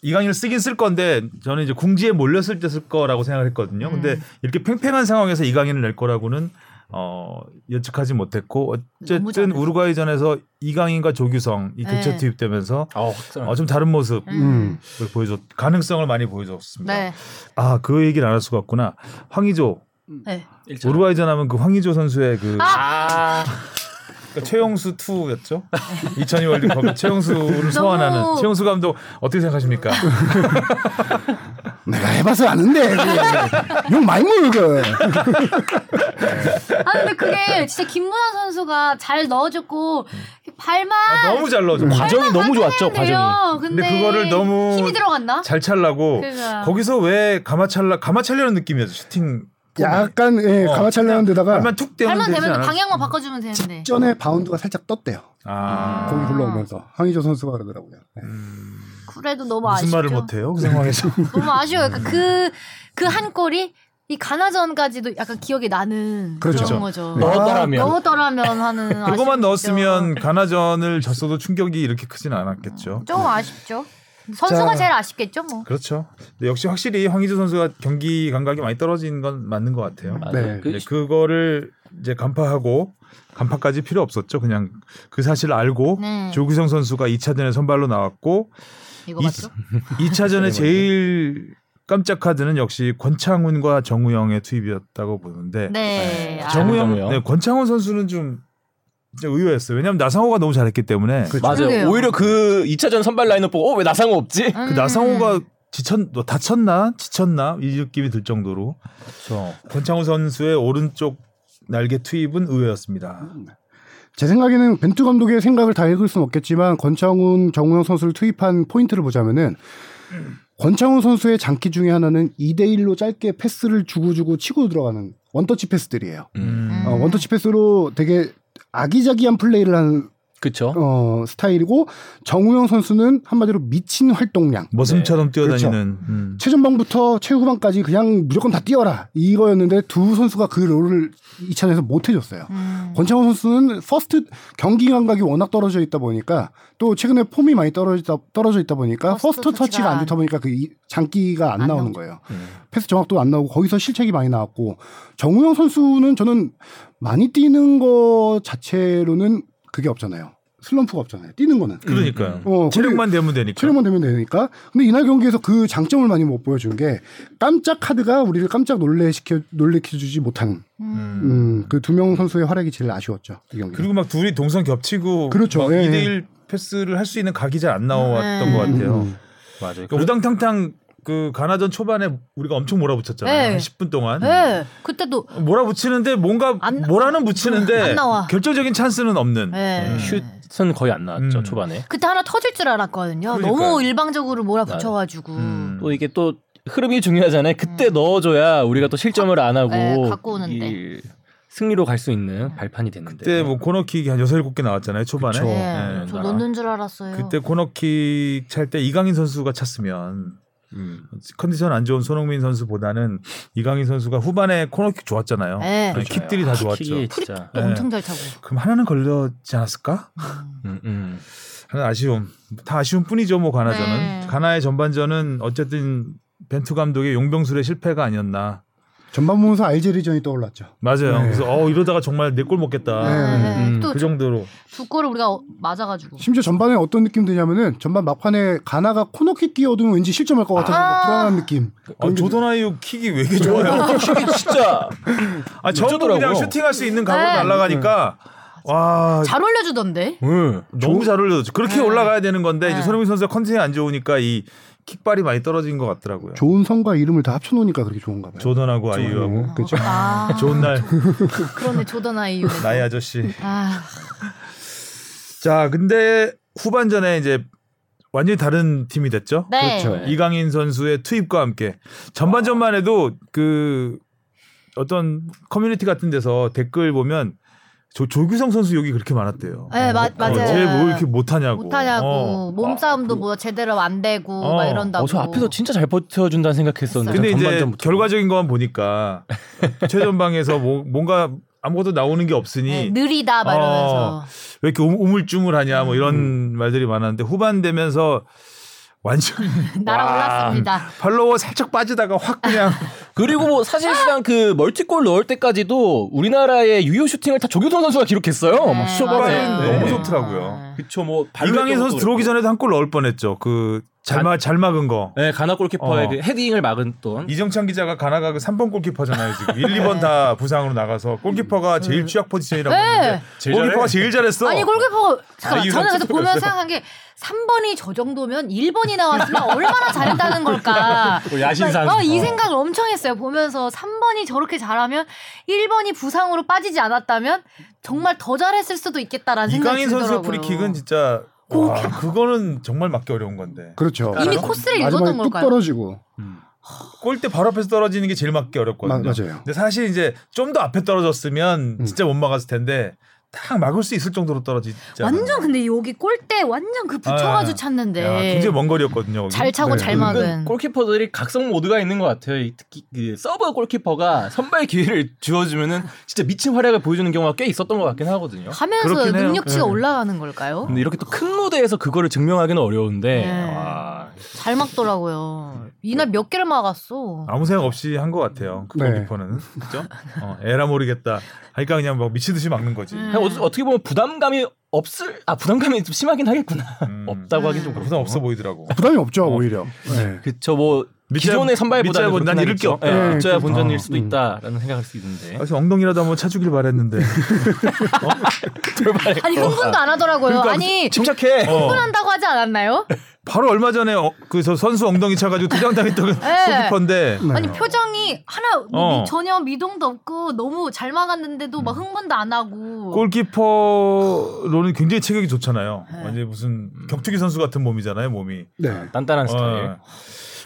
Speaker 2: 이강인을 쓰긴 쓸 건데 저는 이제 궁지에 몰렸을 때 쓸 거라고 생각했거든요.
Speaker 5: 음.
Speaker 2: 근데 이렇게 팽팽한 상황에서 이강인을 낼 거라고는 어, 예측하지 못했고
Speaker 5: 너무
Speaker 2: 어쨌든
Speaker 5: 잘했어요.
Speaker 2: 우루과이전에서 이강인과 조규성이 교체
Speaker 5: 네.
Speaker 2: 투입되면서
Speaker 3: 아, 확실한.
Speaker 2: 어, 좀 다른 모습을
Speaker 4: 음.
Speaker 2: 보여줬 가능성을 많이 보여줬습니다.
Speaker 5: 네.
Speaker 2: 아 그 얘기를 안 할 수가 없구나. 황의조
Speaker 5: 네.
Speaker 3: 일차.
Speaker 2: 우루과이전 하면 그 황의조 선수의 그
Speaker 5: 아!
Speaker 3: 아,
Speaker 2: 그러니까 최용수 2였죠. 2002 월드컵 최용수를 소환하는 최용수 감독 어떻게 생각하십니까?
Speaker 4: 내가 해봐서 아는데. 욕 많이 먹어.
Speaker 5: 아 근데 그게 진짜 김문환 선수가 잘 넣어줬고 발만
Speaker 2: 아, 너무 잘
Speaker 5: 음.
Speaker 2: 넣어줘.
Speaker 3: 과정이 너무 좋았죠. 과정이.
Speaker 5: 돼요. 근데,
Speaker 2: 근데 그거를 너무
Speaker 5: 힘이 들어갔나?
Speaker 2: 잘 찰라고
Speaker 5: 그러니까.
Speaker 2: 거기서 왜 가마찰라 가마찰려는 느낌이었죠 슈팅
Speaker 4: 약간 예,
Speaker 2: 어,
Speaker 4: 가마찰나는 데다가
Speaker 2: 발만 툭 대면
Speaker 5: 발만
Speaker 2: 되지
Speaker 5: 되면
Speaker 2: 않았...
Speaker 5: 방향만 바꿔주면 되는데.
Speaker 4: 전에 바운드가 살짝 떴대요.
Speaker 2: 아
Speaker 4: 공이 굴러오면서 황의조 선수가 그러더라고요. 네.
Speaker 5: 그래도 너무
Speaker 2: 무슨
Speaker 5: 아쉽죠. 음,
Speaker 2: 말을 못해요 음. 그 상황에서
Speaker 5: 너무 아쉬워요. 그러니까 그그 한 골이 이 가나전까지도 약간 기억이 나는 그
Speaker 4: 그렇죠.
Speaker 5: 런 거죠.
Speaker 4: 네.
Speaker 3: 넣었더라면
Speaker 5: 넣었더라면 하는
Speaker 2: 그거만
Speaker 5: 아쉽죠.
Speaker 2: 넣었으면 가나전을 졌어도 충격이 이렇게 크진 않았겠죠
Speaker 5: 조금 아쉽죠. 선수가
Speaker 4: 자.
Speaker 5: 제일 아쉽겠죠, 뭐.
Speaker 2: 그렇죠 근데 역시 확실히 황희조 선수가 경기 감각이 많이 떨어진 건 맞는 것 같아요
Speaker 3: 아,
Speaker 4: 네.
Speaker 3: 그-
Speaker 2: 네, 그거를 이제 간파하고 간파까지 필요 없었죠 그냥 그 사실을 알고
Speaker 5: 네.
Speaker 2: 조규성 선수가 2차전에 선발로 나왔고
Speaker 5: 이거
Speaker 2: 이-
Speaker 5: 맞죠?
Speaker 2: 2차전에 제일 깜짝 카드는 역시 권창훈과 정우영의 투입이었다고 보는데
Speaker 5: 네. 아,
Speaker 2: 정우영,
Speaker 3: 정우영.
Speaker 2: 네, 권창훈 선수는 좀 진짜 의외였어요. 왜냐하면 나상호가 너무 잘했기 때문에 그,
Speaker 3: 맞아요.
Speaker 5: 그러게요.
Speaker 3: 오히려 그 2차전 선발 라인업 보고 어, 왜 나상호 없지?
Speaker 5: 음.
Speaker 2: 그 나상호가 지쳤, 너 다쳤나 지쳤나 이 느낌이 들 정도로 권창훈 선수의 오른쪽 날개 투입은 의외였습니다.
Speaker 4: 제 생각에는 벤투 감독의 생각을 다 읽을 수는 없겠지만 권창훈, 정우영 선수를 투입한 포인트를 보자면은 권창훈 선수의 장기 중에 하나는 2대 1로 짧게 패스를 주고주고 치고 들어가는 원터치 패스들이에요.
Speaker 2: 음.
Speaker 4: 어, 원터치 패스로 되게 아기자기한 플레이를 하는
Speaker 3: 그렇죠.
Speaker 4: 어, 스타일이고 정우영 선수는 한마디로 미친 활동량.
Speaker 2: 머슴처럼 뛰어다니는 네. 음.
Speaker 4: 최전방부터 최후반까지 그냥 무조건 다 뛰어라 이거였는데 두 선수가 그 롤을 2차전에서 못 해줬어요.
Speaker 5: 음.
Speaker 4: 권창훈 선수는 퍼스트 경기 감각이 워낙 떨어져 있다 보니까 또 최근에 폼이 많이 떨어지다 떨어져 있다 보니까
Speaker 5: 퍼스트
Speaker 4: 퍼스트, 터치가,
Speaker 5: 터치가
Speaker 4: 안 좋다 보니까 그 이- 장기가 안,
Speaker 5: 안
Speaker 4: 나오는
Speaker 5: 나오죠.
Speaker 4: 거예요. 패스 정확도 안 나오고 거기서 실책이 많이 나왔고 정우영 선수는 저는 많이 뛰는 거 자체로는 그게 없잖아요. 슬럼프가 없잖아요. 뛰는 거는.
Speaker 2: 그러니까요.
Speaker 4: 어,
Speaker 2: 체력만 되면 되니까.
Speaker 4: 체력만 되면 되니까. 근데 이날 경기에서 그 장점을 많이 못 보여준 게 깜짝 카드가 우리를 깜짝 놀래 시켜 놀래켜 주지 못한 음, 그 두 명 선수의 활약이 제일 아쉬웠죠. 이 경기.
Speaker 2: 그리고 막 둘이 동선 겹치고
Speaker 4: 그렇죠.
Speaker 2: 막
Speaker 4: 예,
Speaker 2: 2대1 패스를 할 수 있는 각이 잘 안 나왔던
Speaker 5: 네.
Speaker 2: 것 같아요.
Speaker 4: 음.
Speaker 3: 맞아요.
Speaker 2: 그러니까 우당탕탕 그 가나전 초반에 우리가 엄청 몰아붙였잖아요.
Speaker 5: 네.
Speaker 2: 한 10분 동안.
Speaker 5: 네. 그때도
Speaker 2: 몰아붙이는데 뭔가
Speaker 5: 안-
Speaker 2: 뭐라는 붙이는데
Speaker 5: 안 나와.
Speaker 2: 결정적인 찬스는 없는.
Speaker 5: 네.
Speaker 3: 슛은 거의 안 나왔죠
Speaker 2: 음.
Speaker 3: 초반에.
Speaker 5: 그때 하나 터질 줄 알았거든요.
Speaker 2: 그러니까요.
Speaker 5: 너무 일방적으로 몰아붙여가지고.
Speaker 2: 음.
Speaker 3: 또 이게 또 흐름이 중요하잖아요. 그때 넣어줘야 우리가 또 실점을 안 하고
Speaker 5: 네, 갖고 오는데.
Speaker 3: 이 승리로 갈 수 있는 발판이 됐는데.
Speaker 2: 그때 뭐 코너킥이 한 6, 7개 나왔잖아요. 초반에.
Speaker 3: 그쵸.
Speaker 5: 네.
Speaker 2: 네.
Speaker 5: 저 놓는 줄 알았어요.
Speaker 2: 그때 코너킥 찰 때 이강인 선수가 찼으면
Speaker 3: 음.
Speaker 2: 컨디션 안 좋은 손흥민 선수보다는 이강인 선수가 후반에 코너킥 좋았잖아요.
Speaker 5: 네.
Speaker 2: 아니, 킥들이 다 좋았죠.
Speaker 3: 그렇죠. 킥이 진짜.
Speaker 5: 또
Speaker 2: 네.
Speaker 5: 엄청 잘 차고.
Speaker 2: 그럼 하나는 걸렸지 않았을까?
Speaker 3: 음, 음.
Speaker 2: 하는 아쉬움. 다 아쉬움 뿐이죠, 뭐 가나전은.
Speaker 5: 네.
Speaker 2: 가나의 전반전은 어쨌든 벤투 감독의 용병술의 실패가 아니었나.
Speaker 4: 전반 보면서 알제리전이 떠올랐죠.
Speaker 3: 네.
Speaker 2: 맞아요. 그래서 어 이러다가 정말 내 꼴 먹겠다.
Speaker 5: 네.
Speaker 2: 그
Speaker 5: 또두
Speaker 2: 정도로
Speaker 5: 골을 우리가 어- 맞아가지고.
Speaker 4: 심지어 전반에 어떤 느낌 드냐면은 전반 막판에 가나가 코너킥 뛰어두면 왠지 실점할 것 같아서 막 불안한 느낌.
Speaker 2: 아, 조던아이유 킥이 왜 이렇게 좋아요?
Speaker 3: 진짜
Speaker 2: 아 전부 그냥
Speaker 3: 어쩌더라고.
Speaker 2: 슈팅할 수 있는 각으로
Speaker 5: 네.
Speaker 2: 날아가니까 와
Speaker 5: 잘 올려주던데.
Speaker 2: 네. 너무 잘 올려줬죠. 그렇게 올라가야 되는 건데 이제
Speaker 5: 네.
Speaker 2: 손흥민 선수가 컨디션이 안 좋으니까 이 킥발이 많이 떨어진 것 같더라고요.
Speaker 4: 좋은 성과 이름을 다 합쳐놓으니까 그렇게 좋은가 봐요.
Speaker 2: 조던하고 아이유하고
Speaker 4: 어, 그렇죠.
Speaker 5: 아,
Speaker 2: 음, 좋은 날
Speaker 5: 그러네 조던 아이유.
Speaker 2: 나의 아저씨.
Speaker 5: 아,
Speaker 2: 자 근데 후반전에 이제 완전히 다른 팀이 됐죠.
Speaker 5: 네.
Speaker 4: 그렇죠.
Speaker 2: 이강인 선수의 투입과 함께 전반전만 해도 그 어떤 커뮤니티 같은 데서 댓글 보면 조, 조규성 선수 욕이 그렇게 많았대요.
Speaker 5: 네, 마- 맞아요.
Speaker 2: 어,
Speaker 5: 네.
Speaker 2: 쟤뭐 이렇게 못하냐고.
Speaker 5: 못하냐고
Speaker 2: 어.
Speaker 5: 몸싸움도 뭐 제대로 안 되고
Speaker 2: 어,
Speaker 5: 막 이런다고.
Speaker 3: 어, 저 앞에서 진짜 잘 버텨준다는 생각했었는데
Speaker 2: 근데 이제
Speaker 3: 전반전부터.
Speaker 2: 결과적인 것만 보니까 최전방에서 뭐, 뭔가 아무것도 나오는 게
Speaker 5: 네,
Speaker 2: 없으니
Speaker 5: 느리다 막
Speaker 2: 어.
Speaker 5: 이러면서.
Speaker 2: 왜 이렇게 우- 우물쭈물하냐 뭐 이런 말들이 많았는데 후반 되면서 완전
Speaker 5: 날아올랐습니다.
Speaker 2: 팔로워 살짝 빠지다가 확 그냥
Speaker 3: 그리고 뭐 사실상 그 멀티골 넣을 때까지도 우리나라의 유효 슈팅을 다 조규성 선수가 기록했어요. 막
Speaker 5: 네, 아.
Speaker 3: 수업 안에.
Speaker 5: 맞아요.
Speaker 2: 너무
Speaker 3: 네.
Speaker 2: 좋더라고요.
Speaker 3: 그쵸 뭐
Speaker 2: 이강인 선수 들어오기
Speaker 3: 전
Speaker 2: 전에도 한 골 넣을 뻔했죠. 그잘잘 막은 거.
Speaker 3: 네, 가나 골키퍼의
Speaker 2: 어.
Speaker 3: 그 헤딩을 막은 돈.
Speaker 2: 이정찬 기자가 가나가 그 3번 골키퍼잖아요. 지금 1, 2번 다 부상으로 나가서 골키퍼가 제일 취약 포지션이라고 했는데
Speaker 3: 제일
Speaker 2: 뭐 골키퍼가
Speaker 3: 잘해.
Speaker 2: 제일 잘했어.
Speaker 5: 음. 네. 아니 골키퍼 잠깐만
Speaker 2: 이유가
Speaker 5: 저는 그래서
Speaker 2: 없어서
Speaker 5: 보면서 생각한 게 3번이 저 정도면 1번이 나왔으면 얼마나 잘했다는 걸까.
Speaker 3: 야신상.
Speaker 5: 어, 이 생각을 엄청 했어요. 보면서 3번이 저렇게 잘하면 1번이 부상으로 빠지지 않았다면 정말 더 잘했을 수도 있겠다라는 생각이
Speaker 2: 이강인
Speaker 5: 들더라고요.
Speaker 2: 선수 프리킥은 진짜 와, 그거는 정말 맞기 어려운 건데
Speaker 4: 그렇죠.
Speaker 5: 아, 이미 코스를
Speaker 4: 마지막에
Speaker 5: 읽었던
Speaker 4: 뚝
Speaker 5: 걸까요?
Speaker 4: 떨어지고
Speaker 2: 음. 골대 바로 앞에서 떨어지는 게 제일 맞기 어렵거든요.
Speaker 4: 마- 맞아요.
Speaker 2: 근데 사실 이제 좀 더 앞에 떨어졌으면
Speaker 4: 음.
Speaker 2: 진짜 못 막았을 텐데 딱 막을 수 있을 정도로 떨어지지
Speaker 5: 완전
Speaker 2: 않았나.
Speaker 5: 근데 여기 골대 완전 그 붙여가지고
Speaker 2: 아,
Speaker 5: 찼는데
Speaker 2: 야, 그 굉장히 먼 거리였거든요. 거기.
Speaker 5: 잘 차고
Speaker 4: 네.
Speaker 5: 잘
Speaker 3: 은근
Speaker 5: 막은.
Speaker 3: 음, 골키퍼들이 각성 모드가 있는 것 같아요. 이 특히 그 서브 골키퍼가 선발 기회를 주어주면은 진짜 미친 활약을 보여주는 경우가 꽤 있었던 것 같긴 하거든요.
Speaker 5: 하면서
Speaker 2: 그렇긴 해요.
Speaker 5: 능력치가
Speaker 2: 네.
Speaker 5: 올라가는 걸까요?
Speaker 3: 근데 이렇게 또 큰 무대에서 그거를 증명하기는 어려운데 아,
Speaker 5: 네.
Speaker 3: 와,
Speaker 5: 잘 막더라고요.
Speaker 2: 음.
Speaker 5: 이날 몇 개를 막았어.
Speaker 2: 아무 생각 없이 한 것 같아요. 그
Speaker 4: 네.
Speaker 2: 골키퍼는 그죠? 어, 에라 모르겠다. 하니까 그냥 막 미친 듯이 막는 거지.
Speaker 5: 음.
Speaker 3: 그냥 어, 어떻게 보면 부담감이 없을 아 부담감이 좀 심하긴 하겠구나
Speaker 2: 음.
Speaker 3: 없다고 하긴 좀
Speaker 5: 네.
Speaker 2: 그
Speaker 3: 그렇고
Speaker 2: 건 없어 보이더라고.
Speaker 4: 부담이 없죠 오히려. 네.
Speaker 3: 그쵸 뭐 기존의 선발보다
Speaker 2: 밑자야 난 잃을 게 없다.
Speaker 4: 네,
Speaker 3: 밑자야
Speaker 4: 그렇죠.
Speaker 3: 예, 본전일 수도
Speaker 4: 음.
Speaker 3: 있다라는 생각할 수 있는데
Speaker 2: 그래서 엉덩이라도 한번 차주길 바랬는데.
Speaker 3: 돌발
Speaker 5: 아니 흥분도 안 하더라고요. 아니
Speaker 3: 침착해
Speaker 2: 어.
Speaker 5: 흥분한다고 하지 않았나요?
Speaker 2: 네. 바로 얼마 전에 어, 그 저 선수 엉덩이 차가지고 도장당했던
Speaker 5: 네.
Speaker 2: 골키퍼인데
Speaker 5: 아니 표정이 하나 뭐
Speaker 2: 어. 음.
Speaker 5: 미- 전혀 미동도 없고 너무 잘 막았는데도 막 흥분도 안 하고
Speaker 2: 골키퍼로는 굉장히 체격이 좋잖아요. 완전 무슨 격투기 선수 같은 몸이잖아요, 몸이.
Speaker 4: 네.
Speaker 3: 단단한 스타일
Speaker 2: 어.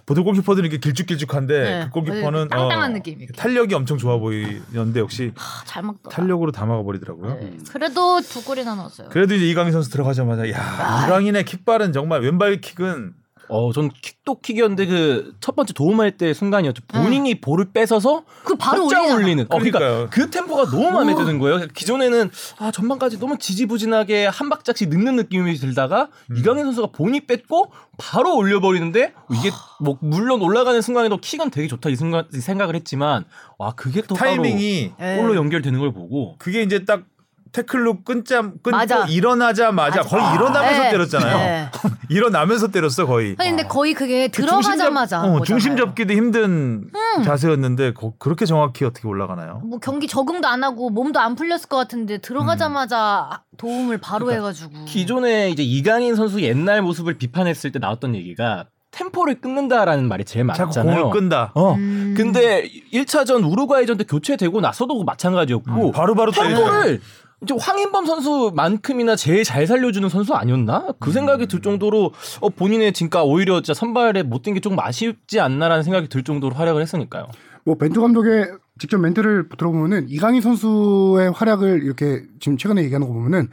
Speaker 2: 보통 골키퍼들은 이렇게 길쭉길쭉한데
Speaker 5: 네.
Speaker 2: 그 골키퍼는
Speaker 5: 땅땅한 느낌, 이렇게.
Speaker 2: 탄력이 엄청 좋아 보이는데 역시
Speaker 5: 아, 잘 막더라.
Speaker 2: 탄력으로 다 막아버리더라고요.
Speaker 5: 네. 그래도 두 골이나 넣었어요.
Speaker 2: 그래도 이제 이강인 선수 들어가자마자
Speaker 5: 아.
Speaker 2: 야 이강인의 킥발은 정말 왼발 킥은
Speaker 3: 어, 전 킥도 킥이었는데 그 첫 번째 도움할 때 순간이었죠. 본인이 볼을 뺏어서
Speaker 5: 그 바로
Speaker 3: 곧장
Speaker 5: 올리잖아.
Speaker 3: 올리는. 어,
Speaker 2: 그러니까요.
Speaker 3: 그러니까 그 템포가 너무 마음에 드는 거예요. 기존에는 아 전반까지 너무 지지부진하게 한 박자씩 늙는 느낌이 들다가
Speaker 2: 음.
Speaker 3: 이강인 선수가 본이 뺏고 바로 올려버리는데 이게
Speaker 5: 아.
Speaker 3: 뭐 물론 올라가는 순간에도 킥은 되게 좋다 이 순간 이 생각을 했지만 와 그게 또
Speaker 2: 타이밍이
Speaker 5: 네.
Speaker 3: 바로 골로 연결되는 걸 보고
Speaker 2: 그게 이제 딱 태클로 끊자 끊고
Speaker 5: 맞아. 아.
Speaker 2: 일어나자마자 거의 일어나면서 때렸잖아요. 일어나면서 때렸어 거의.
Speaker 5: 네. 아니 근데 거의 그게 들어가자마자 한
Speaker 2: 중심, 잡, 어, 중심
Speaker 5: 거잖아요. 음.
Speaker 2: 잡기도 힘든 자세였는데 거- 그렇게 정확히 어떻게 올라가나요?
Speaker 5: 뭐 경기 적응도 안 하고 몸도 안 풀렸을 것 같은데 들어가자마자
Speaker 2: 음.
Speaker 5: 도움을 바로
Speaker 2: 그러니까
Speaker 5: 해가지고
Speaker 3: 기존에 이제 이강인 선수 옛날 모습을 비판했을 때 나왔던 얘기가 템포를 끊는다라는 말이 제일
Speaker 2: 자꾸
Speaker 3: 많았잖아요.
Speaker 2: 공을 끈다.
Speaker 3: 어.
Speaker 5: 음.
Speaker 3: 근데 1차전 우루과이전 때 교체되고 나서도 마찬가지였고
Speaker 2: 음, 바로바로 때리는
Speaker 3: 음. 템포를 이제 황인범 선수만큼이나 제일 잘 살려주는 선수 아니었나?
Speaker 2: 음.
Speaker 3: 그 생각이 들 정도로 어, 본인의 진가 오히려 진짜 선발에 못 뛴 게 조금 아쉽지 않나라는 생각이 들 정도로 활약을 했으니까요.
Speaker 4: 뭐 벤투 감독의 직접 멘트를 들어보면은 이강인 선수의 활약을 이렇게 지금 최근에 얘기하는 거 보면은